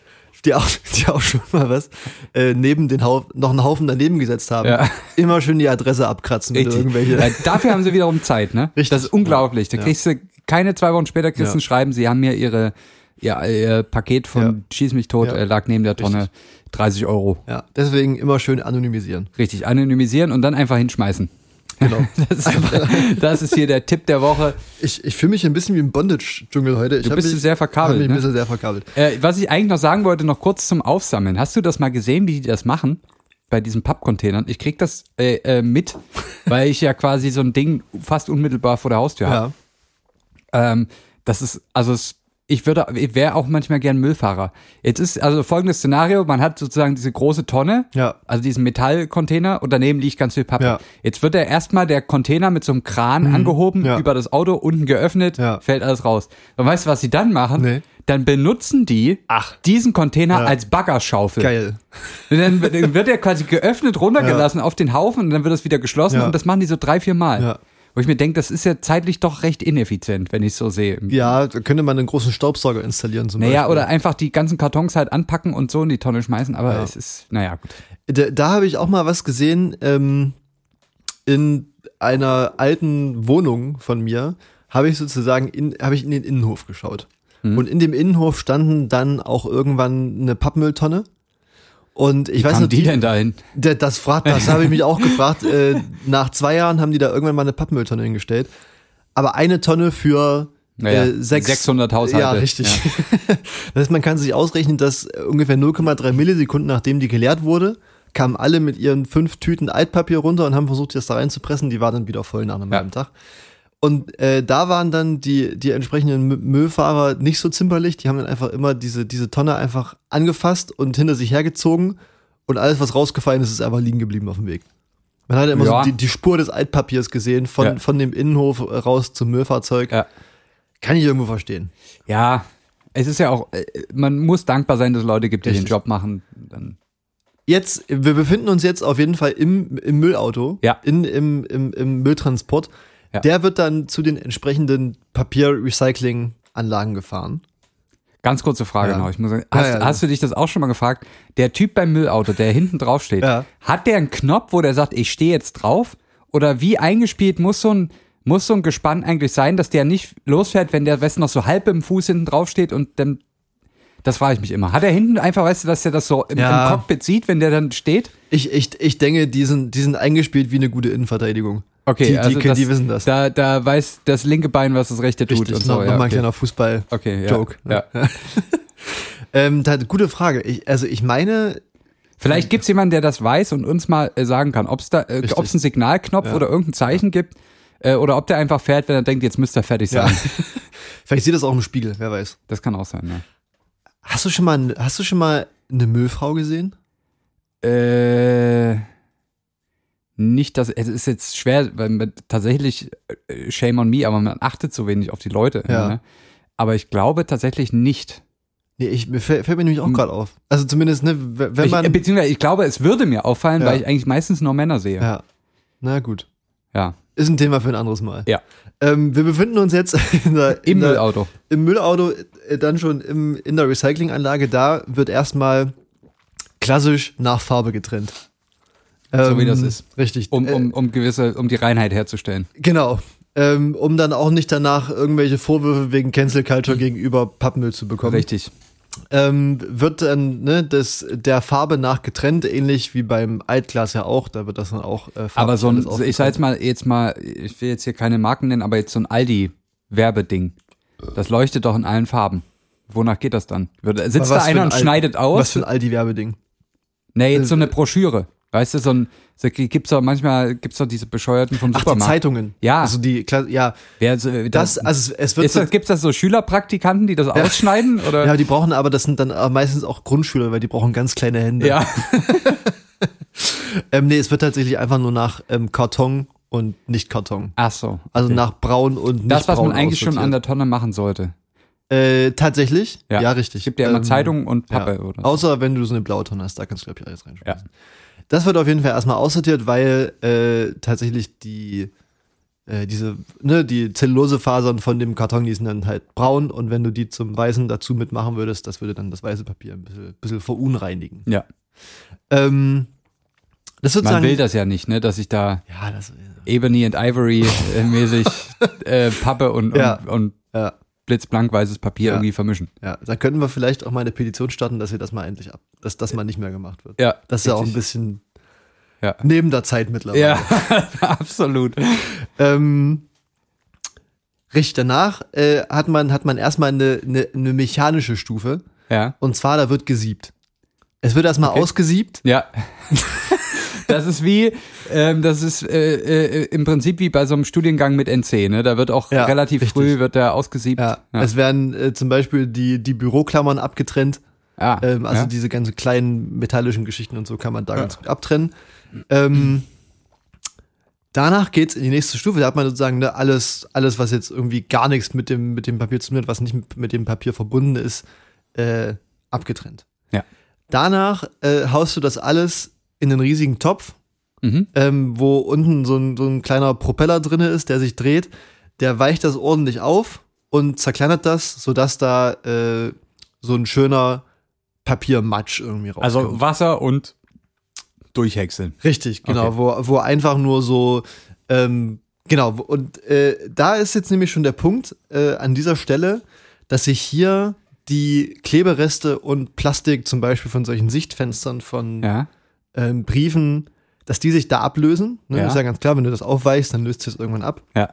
S2: die auch, die auch schon mal was, äh, neben den Haufen, noch einen Haufen daneben gesetzt haben.
S3: Ja.
S2: Immer schön die Adresse abkratzen mit
S3: Richtig.
S2: irgendwelche.
S3: Äh, dafür haben sie wiederum Zeit, ne?
S2: Richtig.
S3: Das ist unglaublich. Da
S2: Ja.
S3: kriegst du keine zwei Wochen später kriegst du ein Schreiben, sie haben mir ihre ja, ihr Paket von
S2: Ja.
S3: Schieß mich tot,
S2: Ja.
S3: äh, lag neben der Tonne 30 Euro.
S2: Ja, deswegen immer schön anonymisieren.
S3: Richtig, anonymisieren und dann einfach hinschmeißen.
S2: Genau.
S3: Das ist, das ist hier der Tipp der Woche.
S2: Ich, ich fühle mich ein bisschen wie im Bondage-Dschungel heute. Ich
S3: Du
S2: hab
S3: bist
S2: mich,
S3: sehr
S2: hab
S3: verkabelt.
S2: mich ein
S3: ne?
S2: bisschen sehr verkabelt.
S3: Äh, was ich eigentlich noch sagen wollte, noch kurz zum Aufsammeln. Hast du das mal gesehen, wie die das machen? Bei diesen Pappcontainern. Ich krieg das äh, äh, mit, weil ich ja quasi so ein Ding fast unmittelbar vor der Haustür habe.
S2: Ja.
S3: Ähm, das ist, also es, ich würde, ich wäre auch manchmal gern Müllfahrer. Jetzt ist also folgendes Szenario: Man hat sozusagen diese große Tonne,
S2: Ja.
S3: also diesen Metallcontainer und daneben liegt ganz viel Pappe.
S2: Ja. Mhm.
S3: Jetzt wird der erstmal der Container mit so einem Kran angehoben,
S2: Ja.
S3: über das Auto, unten geöffnet,
S2: Ja.
S3: fällt alles raus. Und weißt du, was sie dann machen?
S2: Nee.
S3: Dann benutzen die
S2: Ach.
S3: diesen Container
S2: Ja.
S3: als Baggerschaufel.
S2: Geil.
S3: Und dann, wird- dann wird er quasi geöffnet, runtergelassen auf den Haufen und dann wird das wieder geschlossen
S2: Ja.
S3: und das machen die so drei, vier Mal.
S2: Ja.
S3: Wo ich mir denke, das ist ja zeitlich doch recht ineffizient, wenn ich so sehe.
S2: Ja, da könnte man einen großen Staubsauger installieren zum
S3: Naja,
S2: Beispiel.
S3: oder einfach die ganzen Kartons halt anpacken und so in die Tonne schmeißen, aber es ist, naja, gut.
S2: Da, da habe ich auch mal was gesehen. Ähm, in einer alten Wohnung von mir habe ich sozusagen in, habe ich in den Innenhof geschaut.
S3: Mhm.
S2: Und in dem Innenhof standen dann auch irgendwann eine Pappmülltonne. Und ich weiß
S3: Haben
S2: nicht,
S3: die denn dahin?
S2: da- das fragt, das habe ich mich auch gefragt. Äh, nach zwei Jahren haben die da irgendwann mal eine Pappmülltonne hingestellt. Aber eine Tonne für
S3: Naja,
S2: äh, sechs,
S3: 600 Haushalte.
S2: Ja, richtig.
S3: Ja.
S2: das heißt, man kann sich ausrechnen, dass ungefähr 0,3 Millisekunden, nachdem die geleert wurde, kamen alle mit ihren fünf Tüten Altpapier runter und haben versucht, das da reinzupressen. Die war dann wieder voll nach einem
S3: Ja.
S2: halben Tag. Und äh, da waren dann die, die entsprechenden Mü- Müllfahrer nicht so zimperlich. Die haben dann einfach immer diese, diese Tonne einfach angefasst und hinter sich hergezogen. Und alles, was rausgefallen ist, ist einfach liegen geblieben auf dem Weg. Man hat immer
S3: Ja.
S2: so die, die Spur des Altpapiers gesehen, von,
S3: Ja.
S2: von dem Innenhof raus zum Müllfahrzeug.
S3: Ja.
S2: Kann ich irgendwo verstehen.
S3: Ja, es ist ja auch, äh, man muss dankbar sein, dass es Leute gibt, die den
S2: Richtig.
S3: Job machen. Dann,
S2: Jetzt, wir befinden uns jetzt auf jeden Fall im, im Müllauto,
S3: Ja.
S2: in, im, im, im Mülltransport.
S3: Ja.
S2: Der wird dann zu den entsprechenden Papierrecycling-Anlagen gefahren.
S3: ganz kurze Frage
S2: Ja.
S3: noch. Ich muss sagen, hast,
S2: ja, ja.
S3: hast du dich das auch schon mal gefragt? Der Typ beim Müllauto, der hinten drauf steht,
S2: Ja.
S3: hat der einen Knopf, wo der sagt, ich stehe jetzt drauf? Oder wie eingespielt muss so ein muss so ein Gespann eigentlich sein, dass der nicht losfährt, wenn der West noch so halb im Fuß hinten drauf steht und dann das frage ich mich immer. Hat er hinten einfach, weißt du, dass der das so im,
S2: Ja.
S3: im Cockpit sieht, wenn der dann steht?
S2: Ich, ich, ich denke, die sind, die sind eingespielt wie eine gute Innenverteidigung.
S3: Okay,
S2: die, die,
S3: also
S2: können-
S3: das,
S2: die wissen das.
S3: Da, da weiß das linke Bein, was das rechte tut und so.
S2: noch, noch
S3: ja,
S2: mal ein
S3: okay.
S2: kleiner Fußball.
S3: okay, ja,
S2: Joke, ne?
S3: Ja.
S2: Ähm, da, gute Frage. Ich, also ich meine, Hm.
S3: Vielleicht gibt's jemanden, der das weiß und uns mal äh, sagen kann, ob's da, äh, ob's einen Signalknopf oder irgendein Zeichen gibt äh, oder ob der einfach fährt, wenn er denkt, jetzt müsste er fertig sein.
S2: vielleicht sieht das auch im Spiegel, wer weiß.
S3: Das kann auch sein,
S2: Hast du schon mal, hast du schon mal eine Müllfrau gesehen?
S3: ja. Äh, nicht, dass es ist jetzt schwer, weil man, tatsächlich äh, shame on me, aber man achtet so wenig auf die Leute.
S2: Ja.
S3: Ne? Aber ich glaube tatsächlich nicht.
S2: Nee, ich, mir fällt, fällt mir nämlich auch gerade auf. Also zumindest, ne, w- wenn
S3: Hm. Ich, äh,
S2: man.
S3: beziehungsweise ich glaube, es würde mir auffallen,
S2: Ja.
S3: weil ich eigentlich meistens nur Männer sehe.
S2: ja. Na gut.
S3: ja.
S2: Ist ein Thema für ein anderes Mal.
S3: Ja.
S2: Ähm, wir befinden uns jetzt in der,
S3: Im
S2: in der,
S3: Müllauto.
S2: im Müllauto, äh, dann schon im, in der Recyclinganlage. Da wird erstmal klassisch nach Farbe getrennt. Ähm,
S3: wie das ist.
S2: Richtig. Äh,
S3: Um, um, um gewisse, um die Reinheit herzustellen.
S2: Genau. Ähm, um dann auch nicht danach irgendwelche Vorwürfe wegen Cancel Culture gegenüber Pappmüll zu bekommen.
S3: Mhm. Richtig.
S2: Ähm, wird dann ne, das, der Farbe nach getrennt, ähnlich wie beim Altglas ja auch. Da wird das dann auch äh,
S3: Aber so ein,
S2: alles
S3: ich sag jetzt mal, jetzt mal, ich will jetzt hier keine Marken nennen, aber jetzt so ein Aldi-Werbeding. Das leuchtet doch in allen Farben. Wonach geht das dann? Wird- Sitzt
S2: was
S3: da
S2: für
S3: einer
S2: ein
S3: und
S2: Aldi-
S3: schneidet
S2: Was
S3: aus?
S2: für ein Aldi-Werbeding.
S3: Nee, jetzt so eine Broschüre. Weißt du, so ein, so gibt's doch manchmal, gibt's doch diese bescheuerten vom
S2: Ach, die
S3: Supermarkt.
S2: Zeitungen.
S3: Ja.
S2: Also die, Kla- ja,
S3: Wer, so,
S2: das,
S3: das,
S2: also es wird,
S3: ist das, gibt's das so Schülerpraktikanten, die das ausschneiden? Oder?
S2: ja, die brauchen aber, das sind dann meistens auch Grundschüler, weil die brauchen ganz kleine Hände.
S3: Ja.
S2: Ähm, nee, es wird tatsächlich einfach nur nach ähm, Karton und nicht Karton.
S3: Ach so.
S2: Also
S3: okay.
S2: nach braun und nicht
S3: das, was
S2: braun
S3: man eigentlich schon an
S2: aussortiert.
S3: der Tonne machen sollte.
S2: Äh, tatsächlich? Ja, richtig.
S3: Es gibt ja immer
S2: Ähm,
S3: Zeitungen und
S2: ja.
S3: Pappe oder so.
S2: Außer wenn du so eine blaue Tonne hast, da kannst du, glaube ich, alles reinschmeißen.
S3: Ja.
S2: Das wird auf jeden Fall erstmal aussortiert, weil äh, tatsächlich die äh, diese, ne, die Zellulosefasern von dem Karton, die sind dann halt braun und wenn du die zum Weißen dazu mitmachen würdest, das würde dann das weiße Papier ein bisschen, bisschen verunreinigen.
S3: Ja.
S2: Ähm, das ist
S3: Man
S2: sozusagen.
S3: will das ja nicht, ne, dass ich da
S2: ja, das
S3: Ebony and Ivory äh, mäßig äh, Pappe und, und,
S2: Ja.
S3: und
S2: ja,
S3: blitzblank weißes Papier
S2: Ja.
S3: irgendwie vermischen.
S2: ja. Da könnten wir vielleicht auch mal eine Petition starten, dass wir das mal endlich ab, dass das mal nicht mehr gemacht wird.
S3: Ja,
S2: Das ist ja auch ein
S3: richtig.
S2: bisschen
S3: Ja.
S2: neben der Zeit mittlerweile.
S3: Ja, absolut.
S2: Ähm, richtig danach äh, hat man, hat man erstmal eine, eine, eine mechanische Stufe.
S3: Ja.
S2: Und zwar, da wird gesiebt. Es wird erstmal ausgesiebt.
S3: Ja. Das ist wie, ähm, das ist äh, äh, im Prinzip wie bei so einem Studiengang mit NC, ne? Da wird auch
S2: Ja,
S3: relativ
S2: richtig.
S3: früh wird da ausgesiebt.
S2: Ja.
S3: ja.
S2: Es werden äh, zum Beispiel die, die Büroklammern abgetrennt.
S3: Ah,
S2: Ähm, also
S3: ja.
S2: diese ganzen kleinen metallischen Geschichten und so kann man da ganz gut abtrennen. Ähm, danach geht's in die nächste Stufe. Da hat man sozusagen ne, alles, alles, was jetzt irgendwie gar nichts mit dem, mit dem Papier zu tun hat, was nicht mit, mit dem Papier verbunden ist, äh, abgetrennt.
S3: Ja.
S2: Danach äh, haust du das alles in einen riesigen Topf,
S3: Mhm.
S2: ähm, wo unten so ein, so ein kleiner Propeller drin ist, der sich dreht. Der weicht das ordentlich auf und zerkleinert das, sodass da äh, so ein schöner Papiermatsch irgendwie rauskommt.
S3: Also Wasser und durchhäckseln.
S2: Richtig, genau,
S3: Okay.
S2: wo, wo einfach nur so, ähm, genau, wo- und äh, da ist jetzt nämlich schon der Punkt äh, an dieser Stelle, dass sich hier die Klebereste und Plastik zum Beispiel von solchen Sichtfenstern von
S3: Ja.
S2: ähm, Briefen, dass die sich da ablösen. Ne?
S3: Ja.
S2: Ist ja ganz klar, wenn du das aufweichst, dann löst sich das irgendwann ab.
S3: Ja.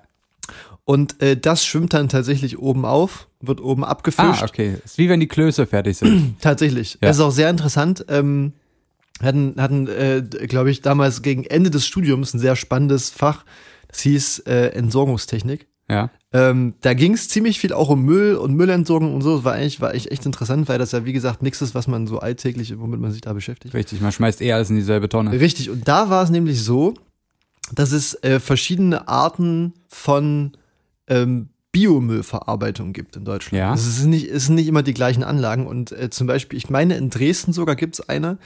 S2: Und äh, das schwimmt dann tatsächlich oben auf, wird oben abgefischt.
S3: Ah, okay. Ist wie wenn die Klöße fertig sind.
S2: Tatsächlich.
S3: Ja.
S2: Das ist auch sehr interessant. Ähm, hatten, hatten äh, glaube ich, damals gegen Ende des Studiums ein sehr spannendes Fach. Das hieß äh, Entsorgungstechnik.
S3: ja.
S2: Ähm, da ging es ziemlich viel auch um Müll und Müllentsorgung und so. Das war eigentlich, war eigentlich echt interessant, weil das ja, wie gesagt, nichts ist, was man so alltäglich, womit man sich da beschäftigt.
S3: Richtig, man schmeißt eher alles in dieselbe Tonne.
S2: Richtig. Und da war es nämlich so, dass es äh, verschiedene Arten von ähm, Biomüllverarbeitung gibt in Deutschland. Also
S3: Ja.
S2: Es ist nicht, es sind nicht immer die gleichen Anlagen. Und äh, zum Beispiel, ich meine, in Dresden sogar gibt es eine,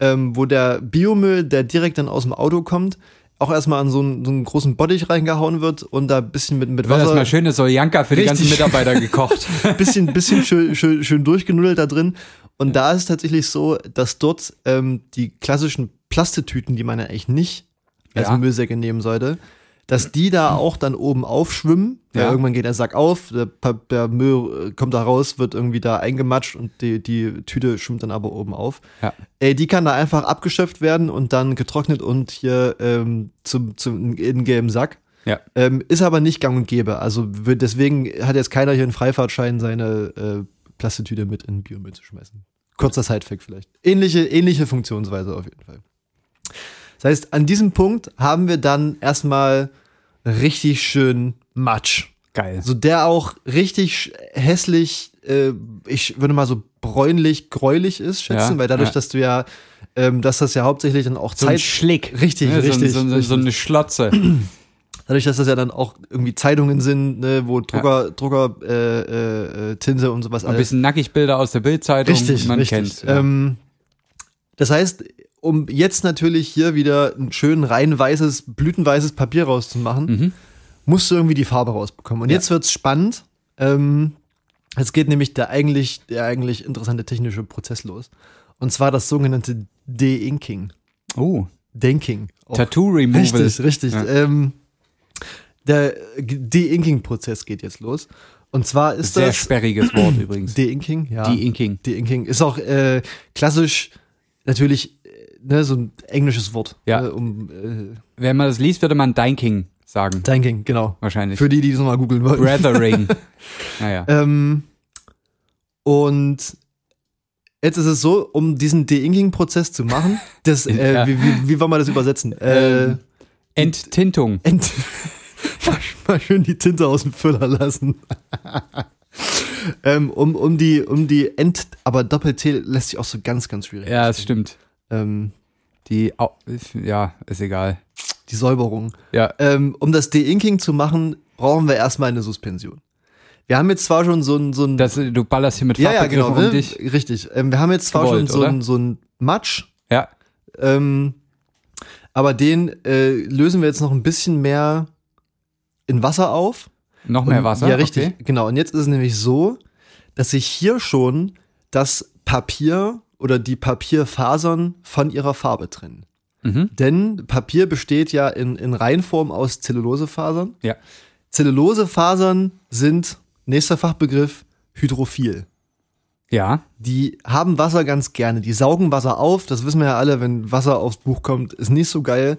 S2: ähm, wo der Biomüll, der direkt dann aus dem Auto kommt, auch erstmal an so einen, so einen großen Bottich reingehauen wird und da ein bisschen mit, mit
S3: Wird erstmal
S2: Wasser,
S3: schöne Soljanka für die ganzen
S2: Also Richtig.
S3: Mitarbeiter gekocht.
S2: bisschen, bisschen schön, schön, schön durchgenudelt da drin. Und da ist tatsächlich so, dass dort ähm, die klassischen Plastetüten, die man ja eigentlich nicht als
S3: Ja.
S2: Müllsäcke nehmen sollte, dass die da auch dann oben aufschwimmen. Weil
S3: Ja.
S2: irgendwann geht der Sack auf, der, Pa- der Müll äh, kommt da raus, wird irgendwie da eingematscht und die, die Tüte schwimmt dann aber oben auf.
S3: Ja.
S2: Äh, die kann da einfach abgeschöpft werden und dann getrocknet und hier ähm, zum, zum, in den gelben Sack.
S3: Ja.
S2: Ähm, ist aber nicht gang und gäbe. Also wird- deswegen hat jetzt keiner hier einen Freifahrtschein, seine äh, Plastetüte mit in Biomüll zu schmeißen. Kurzer Sidefact vielleicht. Ähnliche, ähnliche Funktionsweise auf jeden Fall. Das heißt, an diesem Punkt haben wir dann erstmal richtig schön Matsch.
S3: Geil.
S2: So der auch richtig sch- hässlich, äh, ich würde mal so bräunlich, gräulich ist, schätzen,
S3: Ja,
S2: weil dadurch,
S3: ja.
S2: dass du ja, ähm, dass das ja hauptsächlich dann auch Zeit.
S3: Schlick.
S2: Richtig,
S3: Ne, so,
S2: richtig.
S3: So, so, so eine Schlotze.
S2: Dadurch, dass das ja dann auch irgendwie Zeitungen sind, ne, wo Drucker, Drucker, äh, äh, Tinte und sowas
S3: Ein
S2: alles.
S3: bisschen nackig Bilder aus der Bildzeitung.
S2: Richtig,
S3: man
S2: richtig.
S3: kennt's. Ja.
S2: Ähm, das heißt, um jetzt natürlich hier wieder ein schön rein weißes, blütenweißes Papier rauszumachen,
S3: Mhm.
S2: musst du irgendwie die Farbe rausbekommen. Und
S3: Ja.
S2: jetzt wird's spannend. Ähm, jetzt geht nämlich der eigentlich, der eigentlich interessante technische Prozess los. Und zwar das sogenannte De-Inking.
S3: oh,
S2: Denking. auch.
S3: Tattoo Removal.
S2: Richtig, richtig.
S3: Ja.
S2: Ähm, der De-Inking-Prozess geht jetzt los. Und zwar ist
S3: Sehr
S2: das
S3: sperriges Wort übrigens.
S2: De-Inking, ja.
S3: Die Inking.
S2: De-Inking ist auch äh, klassisch natürlich äh, ne, so ein englisches Wort.
S3: Ja.
S2: Ne, um, äh,
S3: Wenn man das liest, würde man Dinking sagen.
S2: Denking, genau.
S3: Wahrscheinlich.
S2: Für die, die das nochmal googeln wollen.
S3: Brethering. naja.
S2: Ähm, und jetzt ist es so, um diesen De-Inking-Prozess zu machen, das, äh,
S3: Ja.
S2: wie, wie, wie wollen wir das übersetzen? Äh,
S3: Ähm, Enttintung.
S2: ent mal, mal schön die Tinte aus dem Füller lassen. ähm, um, um die, um die Ent, aber Doppel-T lässt sich auch so ganz, ganz schwierig.
S3: Ja, das stimmt.
S2: Ähm,
S3: Die, Au- ja, ist egal.
S2: die Säuberung.
S3: Ja,
S2: Ähm, um das De-Inking zu machen, brauchen wir erstmal eine Suspension. Wir haben jetzt zwar schon so ein, so ein
S3: das, du ballerst hier mit
S2: ja, ja,
S3: Fachbegriffen
S2: genau, ne?
S3: um dich.
S2: richtig. Ähm, wir haben jetzt zwar
S3: Gewollt,
S2: schon so
S3: oder?
S2: ein, so ein Matsch,
S3: Ja,
S2: ähm, aber den äh, lösen wir jetzt noch ein bisschen mehr in Wasser auf.
S3: noch mehr Wasser.
S2: Ja, richtig.
S3: Okay.
S2: Genau. Und jetzt ist es nämlich so, dass sich hier schon das Papier oder die Papierfasern von ihrer Farbe trennen.
S3: Mhm.
S2: Denn Papier besteht ja in, in Reinform aus Zellulosefasern.
S3: Ja.
S2: Zellulosefasern sind, nächster Fachbegriff, hydrophil.
S3: Ja,
S2: Die haben Wasser ganz gerne. Die saugen Wasser auf. Das wissen wir ja alle, wenn Wasser aufs Buch kommt, ist nicht so geil.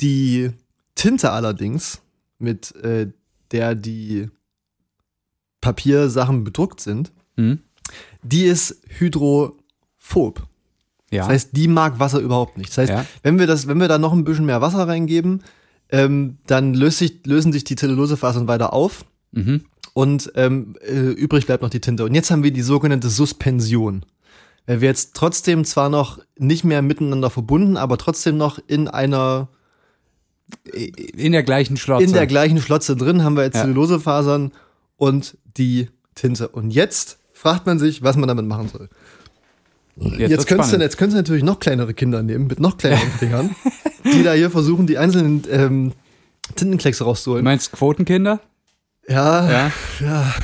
S2: Die Tinte allerdings, mit äh, der die Papiersachen bedruckt sind,
S3: Mhm.
S2: die ist hydrophob.
S3: ja.
S2: Das heißt, die mag Wasser überhaupt nicht. Das heißt,
S3: Ja.
S2: wenn, wir das, wenn wir da noch ein bisschen mehr Wasser reingeben, ähm, dann löst sich, lösen sich die Zellulosefasern weiter auf
S3: mhm.
S2: und ähm, äh, übrig bleibt noch die Tinte. Und jetzt haben wir die sogenannte Suspension. Weil wir jetzt trotzdem zwar noch nicht mehr miteinander verbunden, aber trotzdem noch in einer,
S3: In der gleichen Schlotze.
S2: in der gleichen Schlotze drin haben wir jetzt
S3: Ja.
S2: Zellulosefasern und die Tinte. Und jetzt fragt man sich, was man damit machen soll. Jetzt,
S3: wird's
S2: könntest, du,
S3: spannend.
S2: jetzt könntest du natürlich noch kleinere Kinder nehmen, mit noch kleineren Fingern, die da hier versuchen, die einzelnen ähm, Tintenklecks
S3: Du
S2: rauszuholen.
S3: meinst Quotenkinder?
S2: Ja,
S3: Ja.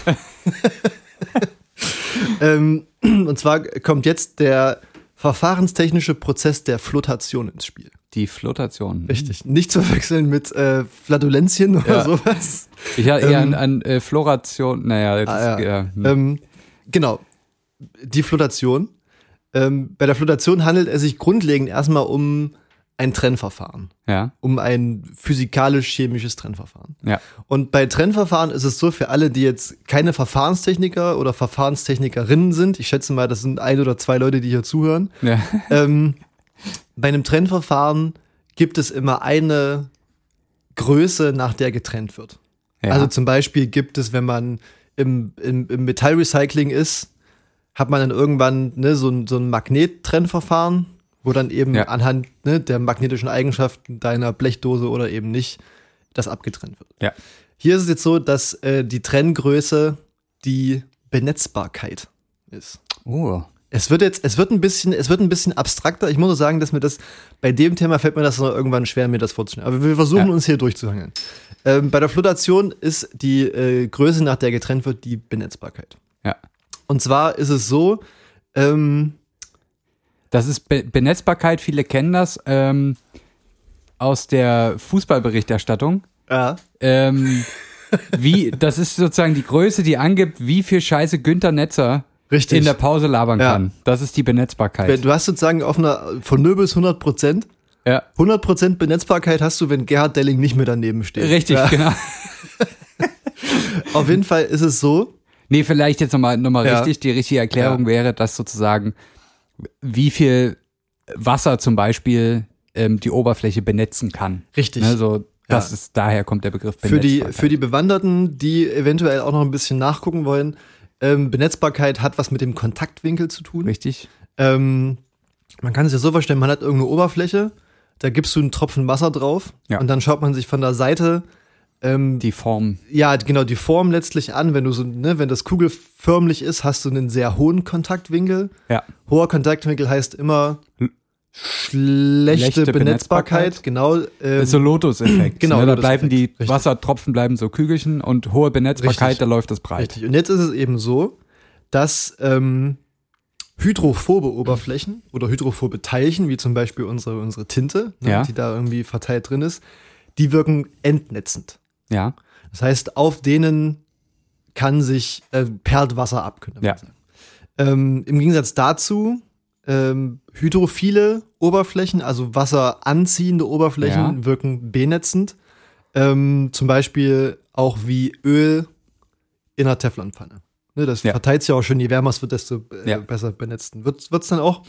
S2: Ähm, und zwar kommt jetzt der verfahrenstechnische Prozess der Flotation ins Spiel.
S3: Die Flotation.
S2: Richtig. Nicht zu verwechseln mit äh, Flatulenzien oder
S3: Ja.
S2: sowas.
S3: Ich hatte eher
S2: Ähm,
S3: an, an äh, Floration. Naja, jetzt
S2: Ah,
S3: ist,
S2: ja.
S3: ja. hm.
S2: Ähm, genau. Die Flotation. Ähm, bei der Flotation handelt es sich grundlegend erstmal um ein Trennverfahren.
S3: ja.
S2: Um ein physikalisch-chemisches Trennverfahren.
S3: Ja.
S2: Und bei Trennverfahren ist es so, für alle, die jetzt keine Verfahrenstechniker oder Verfahrenstechnikerinnen sind, ich schätze mal, das sind ein oder zwei Leute, die hier zuhören,
S3: ja.
S2: ähm, bei einem Trennverfahren gibt es immer eine Größe, nach der getrennt wird.
S3: Ja.
S2: Also zum Beispiel gibt es, wenn man im, im, im Metallrecycling ist, hat man dann irgendwann ne, so ein, so ein Magnettrennverfahren, wo dann eben
S3: Ja.
S2: anhand ne, der magnetischen Eigenschaften deiner Blechdose oder eben nicht das abgetrennt wird.
S3: ja.
S2: Hier ist es jetzt so, dass äh, die Trenngröße die Benetzbarkeit ist.
S3: Oh.
S2: Es wird jetzt, es wird ein bisschen, es wird ein bisschen abstrakter. Ich muss nur sagen, dass mir das, bei dem Thema fällt mir das noch irgendwann schwer, mir das vorzustellen. Aber wir versuchen
S3: Ja.
S2: uns hier durchzuhangeln. Ähm, bei der Flotation ist die äh, Größe, nach der getrennt wird, die Benetzbarkeit.
S3: Ja.
S2: Und zwar ist es so, ähm,
S3: Das ist Be Benetzbarkeit, viele kennen das ähm, aus der Fußballberichterstattung.
S2: ja,
S3: Ähm, wie, das ist sozusagen die Größe, die angibt, wie viel Scheiße Günther Netzer
S2: Richtig.
S3: in der Pause labern
S2: Ja.
S3: kann. Das ist die Benetzbarkeit.
S2: du hast sozusagen auf einer, von 0 bis 100 Prozent,
S3: Ja,
S2: 100 Prozent Benetzbarkeit hast du, wenn Gerhard Delling nicht mehr daneben steht.
S3: richtig,
S2: Ja,
S3: genau.
S2: auf jeden Fall ist es so,
S3: Nee, vielleicht jetzt nochmal noch mal
S2: Ja.
S3: richtig. Die richtige Erklärung
S2: Ja.
S3: wäre, dass sozusagen, wie viel Wasser zum Beispiel ähm, die Oberfläche benetzen kann.
S2: Richtig.
S3: Ne, so, das
S2: Ja.
S3: ist, daher kommt der Begriff
S2: Für die,
S3: Benetzbarkeit.
S2: für die Bewanderten, die eventuell auch noch ein bisschen nachgucken wollen, ähm, Benetzbarkeit hat was mit dem Kontaktwinkel zu tun.
S3: Richtig?
S2: Ähm, man kann es ja so vorstellen, man hat irgendeine Oberfläche, da gibst du einen Tropfen Wasser drauf
S3: Ja.
S2: und dann schaut man sich von der Seite, ähm,
S3: Die Form.
S2: ja, genau, die Form letztlich an. Wenn du so, ne, wenn das kugelförmlich ist, hast du einen sehr hohen Kontaktwinkel.
S3: Ja.
S2: Hoher Kontaktwinkel heißt immer schlechte
S3: Schlechte
S2: Benetzbarkeit,
S3: Benetzbarkeit.
S2: genau. ähm,
S3: Das ist so Lotus-Effekt.
S2: Genau,
S3: ne? Da
S2: Lotus-Effekt,
S3: bleiben die
S2: richtig.
S3: Wassertropfen bleiben so Kügelchen und hohe Benetzbarkeit,
S2: Richtig.
S3: da läuft das breit.
S2: Richtig. Und jetzt ist es eben so, dass ähm, hydrophobe Oberflächen oder hydrophobe Teilchen, wie zum Beispiel unsere, unsere Tinte, ne,
S3: Ja.
S2: die da irgendwie verteilt drin ist, die wirken entnetzend.
S3: Ja.
S2: Das heißt, auf denen kann sich äh, perlt Wasser ab. Könnte man
S3: Ja.
S2: sagen. Ähm, Im Gegensatz dazu, ähm, hydrophile Oberflächen, also wasseranziehende Oberflächen,
S3: Ja.
S2: wirken benetzend. Ähm, zum Beispiel auch wie Öl in einer Teflonpfanne. Ne, das
S3: Ja.
S2: verteilt sich ja auch schon, je wärmer es wird, desto äh,
S3: Ja.
S2: besser benetzt wird es dann auch.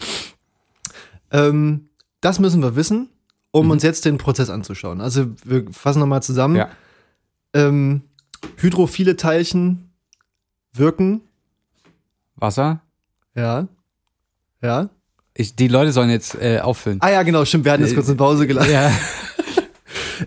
S2: Ähm, das müssen wir wissen, um uns jetzt den Prozess anzuschauen. Also wir fassen nochmal zusammen
S3: Mhm. Ja.
S2: ähm, hydrophile Teilchen wirken,
S3: Wasser,
S2: ja, ja,
S3: Ich, die Leute sollen jetzt äh, auffüllen.
S2: Ah ja, genau, stimmt, wir hatten jetzt kurz eine Pause gelassen.
S3: Ja.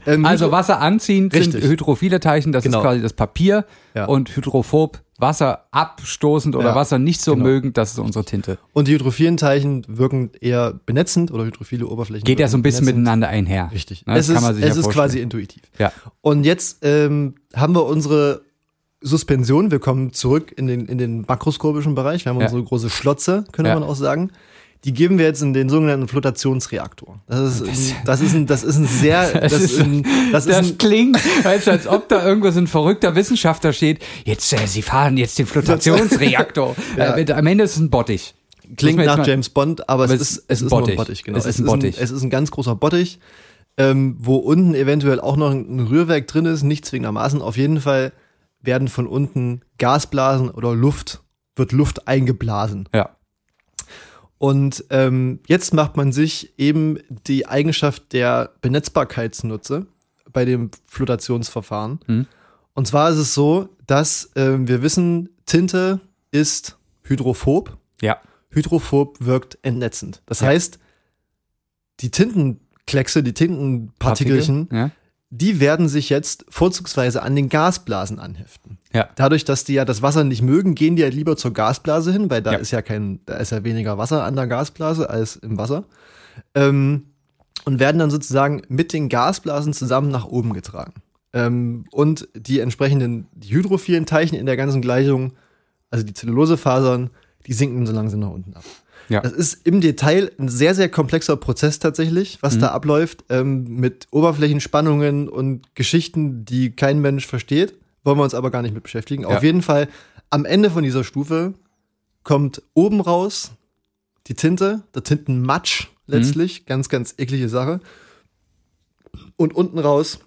S2: Ähm,
S3: Äh, Also Wasser anziehen sind
S2: Richtig.
S3: hydrophile Teilchen, das
S2: Genau.
S3: ist quasi das Papier
S2: Ja.
S3: und hydrophob Wasser abstoßend oder
S2: Ja, Genau.
S3: Wasser nicht so mögend, das ist unsere Tinte.
S2: und die hydrophilen Teilchen wirken eher benetzend oder hydrophile Oberflächen.
S3: Geht ja so ein bisschen
S2: wirken benetzend.
S3: miteinander einher.
S2: Richtig.
S3: Ne, das
S2: es
S3: kann man
S2: ist,
S3: sich
S2: es
S3: ja
S2: ist
S3: vorstellen.
S2: quasi intuitiv.
S3: Ja.
S2: Und jetzt ähm, haben wir unsere Suspension. Wir kommen zurück in den, in den makroskopischen Bereich. Wir haben
S3: Ja.
S2: unsere große Schlotze, könnte
S3: Ja.
S2: man auch sagen. Die geben wir jetzt in den sogenannten Flotationsreaktor. Das ist, ein, das ist, ein, das ist ein sehr, das, ist
S3: ist-
S2: ein, das ist
S3: Das
S2: ein,
S3: klingt, als, als ob da irgendwo so ein verrückter Wissenschaftler steht, jetzt, äh, sie fahren jetzt den Flotationsreaktor. äh, mit, am Ende ist es ein Bottich.
S2: klingt
S3: Muss man jetzt
S2: nach
S3: mal-
S2: James Bond, aber es ist, es ist nur ein Bottich. Genau.
S3: Es ist ein Bottich.
S2: Es ist ein ganz großer Bottich, ähm, wo unten eventuell auch noch ein Rührwerk drin ist, nicht zwingendermaßen. Auf jeden Fall werden von unten Gasblasen oder Luft, wird Luft eingeblasen.
S3: Ja.
S2: Und ähm, jetzt macht man sich eben die Eigenschaft der Benetzbarkeit zunutze bei dem Flotationsverfahren.
S3: Mhm.
S2: Und zwar ist es so, dass ähm, wir wissen, Tinte ist hydrophob.
S3: Ja.
S2: Hydrophob wirkt entnetzend. Das heißt, die Tintenkleckse, die Tintenpartikelchen,
S3: Ja.
S2: die werden sich jetzt vorzugsweise an den Gasblasen anheften.
S3: Ja.
S2: Dadurch, dass die ja das Wasser nicht mögen, gehen die ja lieber zur Gasblase hin, weil da
S3: Ja.
S2: ist ja kein, da ist ja weniger Wasser an der Gasblase als im Wasser. Ähm, und werden dann sozusagen mit den Gasblasen zusammen nach oben getragen. Ähm, und die entsprechenden die hydrophilen Teilchen in der ganzen Gleichung, also die Zellulosefasern, die sinken so langsam nach unten ab.
S3: Ja.
S2: Das ist im Detail ein sehr, sehr komplexer Prozess tatsächlich,
S3: Mhm.
S2: was da abläuft, ähm, mit Oberflächenspannungen und Geschichten, die kein Mensch versteht. Wollen wir uns aber gar nicht mit beschäftigen.
S3: Ja.
S2: Auf jeden Fall, am Ende von dieser Stufe kommt oben raus die Tinte, der Tintenmatsch
S3: Mhm.
S2: letztlich, ganz, ganz eklige Sache. Und unten raus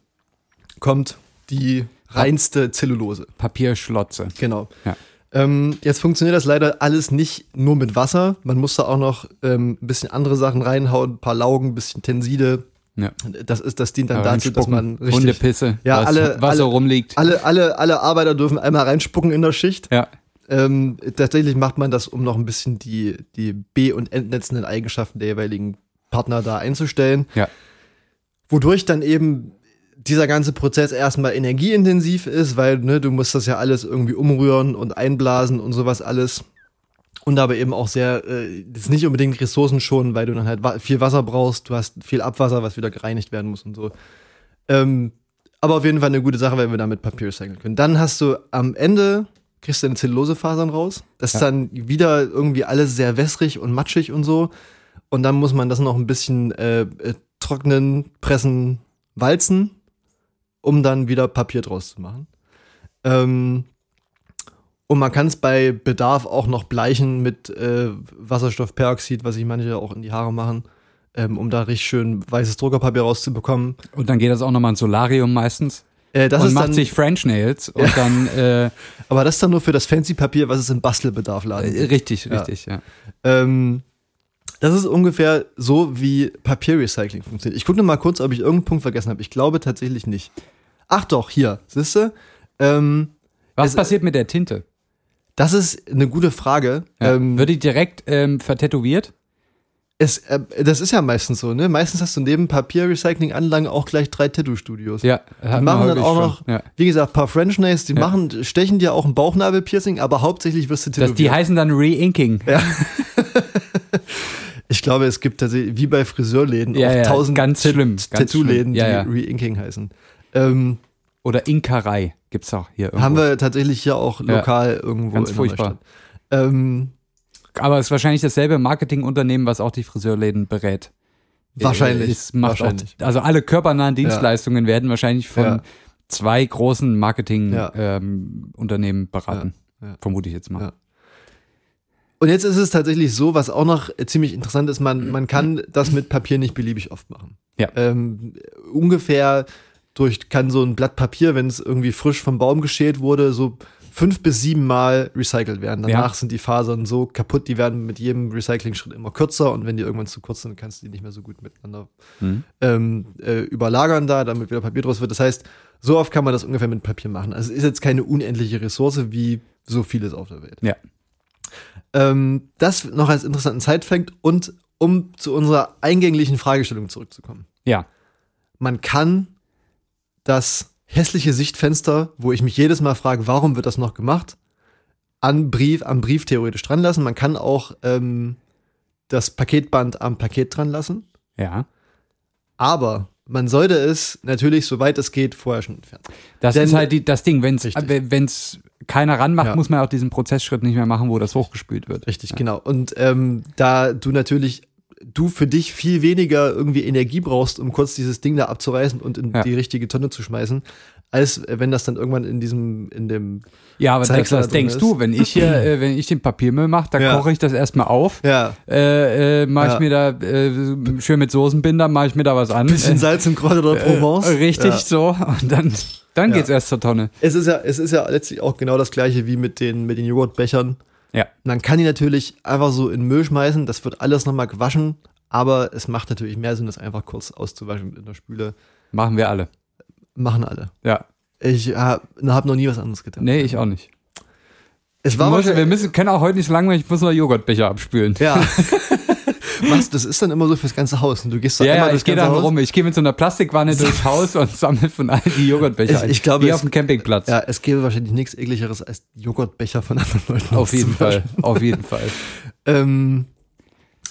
S2: kommt die reinste Zellulose.
S3: Papierschlotze.
S2: Genau.
S3: Ja.
S2: Ähm, jetzt funktioniert das leider alles nicht nur mit Wasser. Man muss da auch noch ähm, ein bisschen andere Sachen reinhauen, ein paar Laugen, ein bisschen Tenside.
S3: Ja.
S2: Das, ist, das dient dann
S3: Ja,
S2: dazu, dass
S3: reinspucken,
S2: man richtig
S3: Hundepisse,
S2: Ja,
S3: was,
S2: alle-
S3: was so
S2: alle-
S3: rumliegt.
S2: alle, alle, alle Arbeiter dürfen einmal reinspucken in der Schicht.
S3: ja.
S2: Ähm, tatsächlich macht man das, um noch ein bisschen die, die B- und entnetzenden Eigenschaften der jeweiligen Partner da einzustellen.
S3: Ja.
S2: Wodurch dann eben dieser ganze Prozess erstmal energieintensiv ist, weil ne, du musst das ja alles irgendwie umrühren und einblasen und sowas alles. Und aber eben auch sehr, äh, jetzt nicht unbedingt Ressourcen schonen, weil du dann halt wa viel Wasser brauchst, du hast viel Abwasser, was wieder gereinigt werden muss und so. Ähm, aber auf jeden Fall eine gute Sache, weil wir damit Papier recyceln können. Dann hast du am Ende, kriegst du deine Zellulosefasern raus. Das ist
S3: Ja.
S2: dann wieder irgendwie alles sehr wässrig und matschig und so. Und dann muss man das noch ein bisschen äh, äh, trocknen, pressen, walzen, um dann wieder Papier draus zu machen. Ähm, und man kann es bei Bedarf auch noch bleichen mit äh, Wasserstoffperoxid, was sich manche auch in die Haare machen, ähm, um da richtig schön weißes Druckerpapier rauszubekommen.
S3: Und dann geht das auch nochmal ins Solarium meistens.
S2: Äh, das
S3: und
S2: ist
S3: macht
S2: dann,
S3: sich French Nails und dann äh,
S2: aber das ist dann nur für das fancy Papier, was es im Bastelbedarfladen gibt.
S3: richtig,
S2: Ja.
S3: richtig, ja.
S2: Ähm, das ist ungefähr so, wie Papierrecycling funktioniert. Ich gucke mal kurz, ob ich irgendeinen Punkt vergessen habe. Ich glaube tatsächlich nicht. Ach doch, hier, siehste. Ähm,
S3: Was
S2: Es-
S3: passiert mit der Tinte?
S2: das ist eine gute Frage.
S3: Ja.
S2: Ähm,
S3: Wird die direkt ähm, vertätowiert?
S2: es, äh, das ist ja meistens so, ne? Meistens hast du neben Papierrecycling-Anlagen auch gleich drei Tattoo-Studios.
S3: Ja,
S2: Die
S3: hat man
S2: machen dann
S3: häufig
S2: auch
S3: schon.
S2: noch,
S3: Ja.
S2: wie gesagt, ein paar French Nails, die
S3: Ja.
S2: machen, stechen dir auch ein Bauchnabelpiercing, aber hauptsächlich wirst du
S3: Das,
S2: tätowiert.
S3: die heißen dann Re-Inking. Ja,
S2: Ich glaube, es gibt tatsächlich, wie bei Friseurläden,
S3: Ja,
S2: auch
S3: ja,
S2: tausend
S3: ganz
S2: Tat-
S3: schlimm, ganz
S2: Tattoo-Läden,
S3: schlimm. Ja, ja.
S2: die Re-Inking heißen. Ähm,
S3: Oder Inkerei gibt's auch hier irgendwo.
S2: haben wir tatsächlich hier auch
S3: Ja.
S2: lokal irgendwo
S3: Ganz
S2: in
S3: furchtbar.
S2: der Stadt. Ähm,
S3: Aber es ist wahrscheinlich dasselbe Marketingunternehmen, was auch die Friseurläden berät. Äh,
S2: Wahrscheinlich,
S3: Es macht
S2: wahrscheinlich.
S3: Auch, also alle körpernahen Dienstleistungen werden wahrscheinlich von
S2: Ja.
S3: zwei großen
S2: Ja.
S3: Marketingunternehmen beraten.
S2: Ja, ja.
S3: Vermute ich jetzt mal.
S2: Ja. und jetzt ist es tatsächlich so, was auch noch äh, ziemlich interessant ist, man, man kann das mit Papier nicht beliebig oft machen.
S3: Ja.
S2: Ähm, ungefähr durch, kann so ein Blatt Papier, wenn es irgendwie frisch vom Baum geschält wurde, so fünf bis sieben Mal recycelt werden. Danach
S3: Ja.
S2: sind die Fasern so kaputt, die werden mit jedem Recycling-Schritt immer kürzer und wenn die irgendwann zu kurz sind, kannst du die nicht mehr so gut miteinander
S3: Mhm.
S2: ähm, äh, überlagern da, damit wieder Papier draus wird. Das heißt, so oft kann man das ungefähr mit Papier machen. Also es ist jetzt keine unendliche Ressource wie so vieles auf der Welt.
S3: Ja.
S2: Ähm, das noch als interessanten Zeitpunkt und um zu unserer eingänglichen Fragestellung zurückzukommen.
S3: Ja.
S2: Man kann das hässliche Sichtfenster, wo ich mich jedes Mal frage, warum wird das noch gemacht, an Brief, am Brief theoretisch dran lassen. Man kann auch ähm, das Paketband am Paket dran lassen.
S3: Ja.
S2: Aber man sollte es natürlich, soweit es geht, vorher schon entfernen.
S3: Das
S2: Denn-
S3: ist halt die, das Ding, wenn es wenn's keiner ranmacht,
S2: Ja.
S3: muss man auch diesen Prozessschritt nicht mehr machen, wo das hochgespült wird.
S2: Richtig, genau. Und ähm, da du natürlich, du für dich viel weniger irgendwie Energie brauchst, um kurz dieses Ding da abzureißen und in
S3: Ja.
S2: die richtige Tonne zu schmeißen, als äh, wenn das dann irgendwann in diesem, in dem,
S3: Ja, aber
S2: Zeigst
S3: Dexter,
S2: du,
S3: was
S2: da drin
S3: denkst
S2: ist?
S3: du, wenn ich hier, äh, wenn ich den Papiermüll mache, dann
S2: Ja.
S3: koche ich das erstmal auf.
S2: ja,
S3: Äh, äh, mach
S2: Ja.
S3: ich mir da äh, schön mit Soßenbinder, mache ich mir da was an.
S2: bisschen Salz und Kräuter der Provence.
S3: Äh, Richtig
S2: Ja.
S3: so. Und dann, dann
S2: Ja.
S3: geht's erst zur Tonne.
S2: Es ist ja, es ist ja letztlich auch genau das gleiche wie mit den, mit den Joghurtbechern.
S3: Ja.
S2: Man kann die natürlich einfach so in den Müll schmeißen, das wird alles nochmal gewaschen, aber es macht natürlich mehr Sinn, das einfach kurz auszuwaschen in der Spüle.
S3: Machen wir alle.
S2: Machen alle.
S3: Ja.
S2: Ich habe hab noch nie was anderes getan.
S3: Nee, ich auch nicht.
S2: es war
S3: Muss, wir
S2: wahrscheinlich-
S3: müssen, können auch heute nicht so lange, ich muss noch Joghurtbecher abspülen.
S2: Ja. Was, das ist dann immer so fürs ganze Haus. Und du gehst so
S3: Ja,
S2: einmal
S3: ja,
S2: durchs
S3: ich gehe
S2: ganze
S3: dann
S2: Haus.
S3: rum. Ich gehe mit so einer Plastikwanne durchs Haus und sammle von allen die Joghurtbecher
S2: Ich-
S3: ein.
S2: ich glaube,
S3: Wie
S2: es-
S3: auf dem Campingplatz.
S2: Ja, es gäbe wahrscheinlich nichts ekligeres als Joghurtbecher von anderen Leuten.
S3: auf jeden Fall.
S2: aufzuwaschen.
S3: Auf jeden Fall.
S2: Ähm,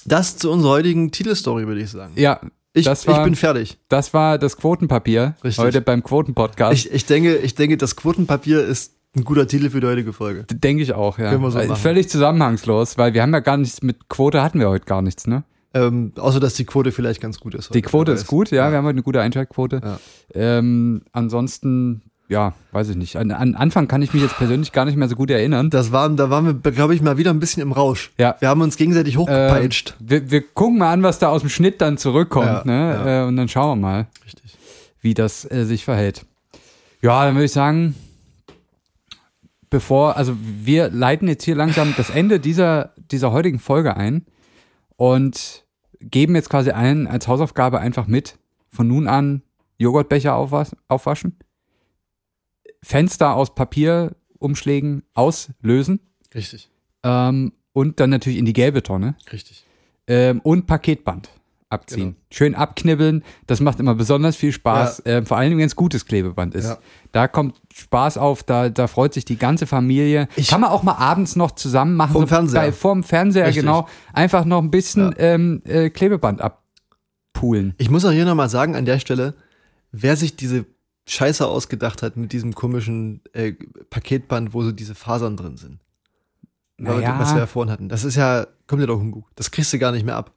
S2: das zu unserer heutigen Titelstory, würde ich sagen.
S3: Ja,
S2: Ich,
S3: das war-
S2: ich bin fertig.
S3: das war das Quotenpapier
S2: Richtig.
S3: heute beim Quotenpodcast.
S2: Ich, ich, denke, ich denke, das Quotenpapier ist ein guter Titel für die heutige Folge.
S3: Denke ich auch, ja.
S2: Können wir so
S3: Weil
S2: machen.
S3: Völlig zusammenhangslos, weil wir haben ja gar nichts mit Quote hatten wir heute gar nichts, ne?
S2: Ähm, außer, dass die Quote vielleicht ganz gut ist.
S3: Die Quote ist gut, ja,
S2: Ja.
S3: wir haben heute eine gute Einschaltquote.
S2: Ja.
S3: Ähm, ansonsten, ja, weiß ich nicht. An, an Anfang kann ich mich jetzt persönlich gar nicht mehr so gut erinnern.
S2: Das waren, da waren wir, glaube ich, mal wieder ein bisschen im Rausch.
S3: Ja.
S2: Wir haben uns gegenseitig
S3: Ähm,
S2: hochgepeitscht.
S3: wir, wir gucken mal an, was da aus dem Schnitt dann zurückkommt,
S2: Ja,
S3: ne?
S2: ja.
S3: Äh, und dann schauen wir mal,
S2: Richtig.
S3: wie das äh, sich verhält. Ja, dann würde ich sagen, bevor, also wir leiten jetzt hier langsam das Ende dieser, dieser heutigen Folge ein und geben jetzt quasi allen als Hausaufgabe einfach mit, von nun an Joghurtbecher aufwas aufwaschen, Fenster aus Papierumschlägen auslösen
S2: Richtig.
S3: ähm, und dann natürlich in die gelbe Tonne
S2: Richtig.
S3: ähm, und Paketband
S2: Genau.
S3: abziehen. Schön abknibbeln, das macht immer besonders viel Spaß, ähm, vor allem wenn es gutes Klebeband ist.
S2: Ja.
S3: Da kommt Spaß auf, da, da freut sich die ganze Familie.
S2: Ich-
S3: Kann man auch mal abends noch zusammen machen.
S2: Vorm Fernseher.
S3: Bei, vorm Fernseher,
S2: Richtig.
S3: genau. Einfach noch ein bisschen
S2: Ja.
S3: ähm, äh, Klebeband abpulen.
S2: Ich muss auch hier nochmal sagen, an der Stelle, wer sich diese Scheiße ausgedacht hat mit diesem komischen äh, Paketband, wo so diese Fasern drin sind.
S3: Naja,
S2: Was wir ja vorhin hatten. Das ist ja, kommt ja doch Humbug. Das kriegst du gar nicht mehr ab.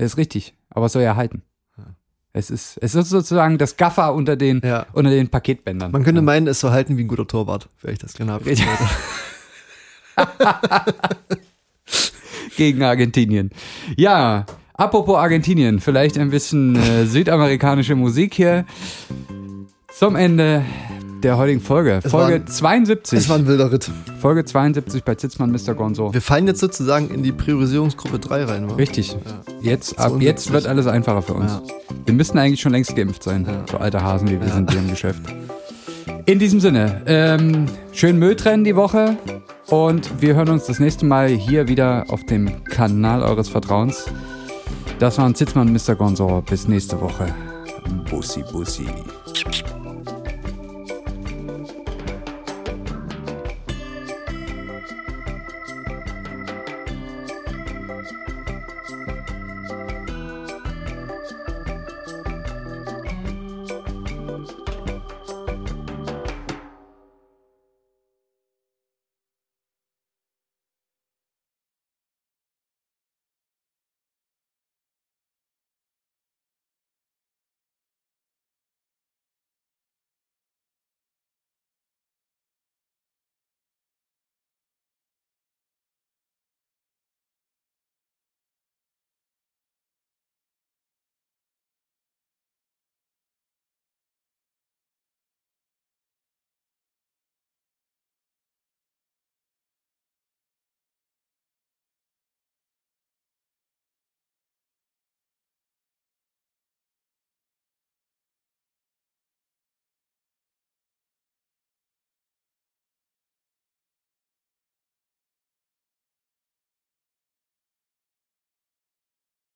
S3: ist richtig, aber es soll ja halten.
S2: Ja.
S3: Es ist, es ist sozusagen das Gaffer unter den,
S2: Ja.
S3: unter den Paketbändern.
S2: Man könnte meinen, es soll halten wie ein guter Torwart. Vielleicht das genau kleine Abwehr.
S3: gegen Argentinien. Ja, apropos Argentinien, vielleicht ein bisschen äh, südamerikanische Musik hier zum Ende der heutigen Folge.
S2: Es
S3: Folge
S2: war-
S3: 72.
S2: Es war ein wilder Ritt.
S3: Folge 72 bei Zitzmann Mr. Gonzo.
S2: Wir fallen jetzt sozusagen in die Priorisierungsgruppe 3 rein. wa?
S3: Richtig. Jetzt, ab jetzt
S2: 72.
S3: wird alles einfacher für uns.
S2: Ja.
S3: Wir müssten eigentlich schon längst geimpft sein, so alte Hasen, wie wir sind hier im Geschäft. In diesem Sinne, ähm, schön Müll trennen die Woche und wir hören uns das nächste Mal hier wieder auf dem Kanal eures Vertrauens. Das waren Zitzmann und Mr. Gonzo. Bis nächste Woche. Bussi, bussi.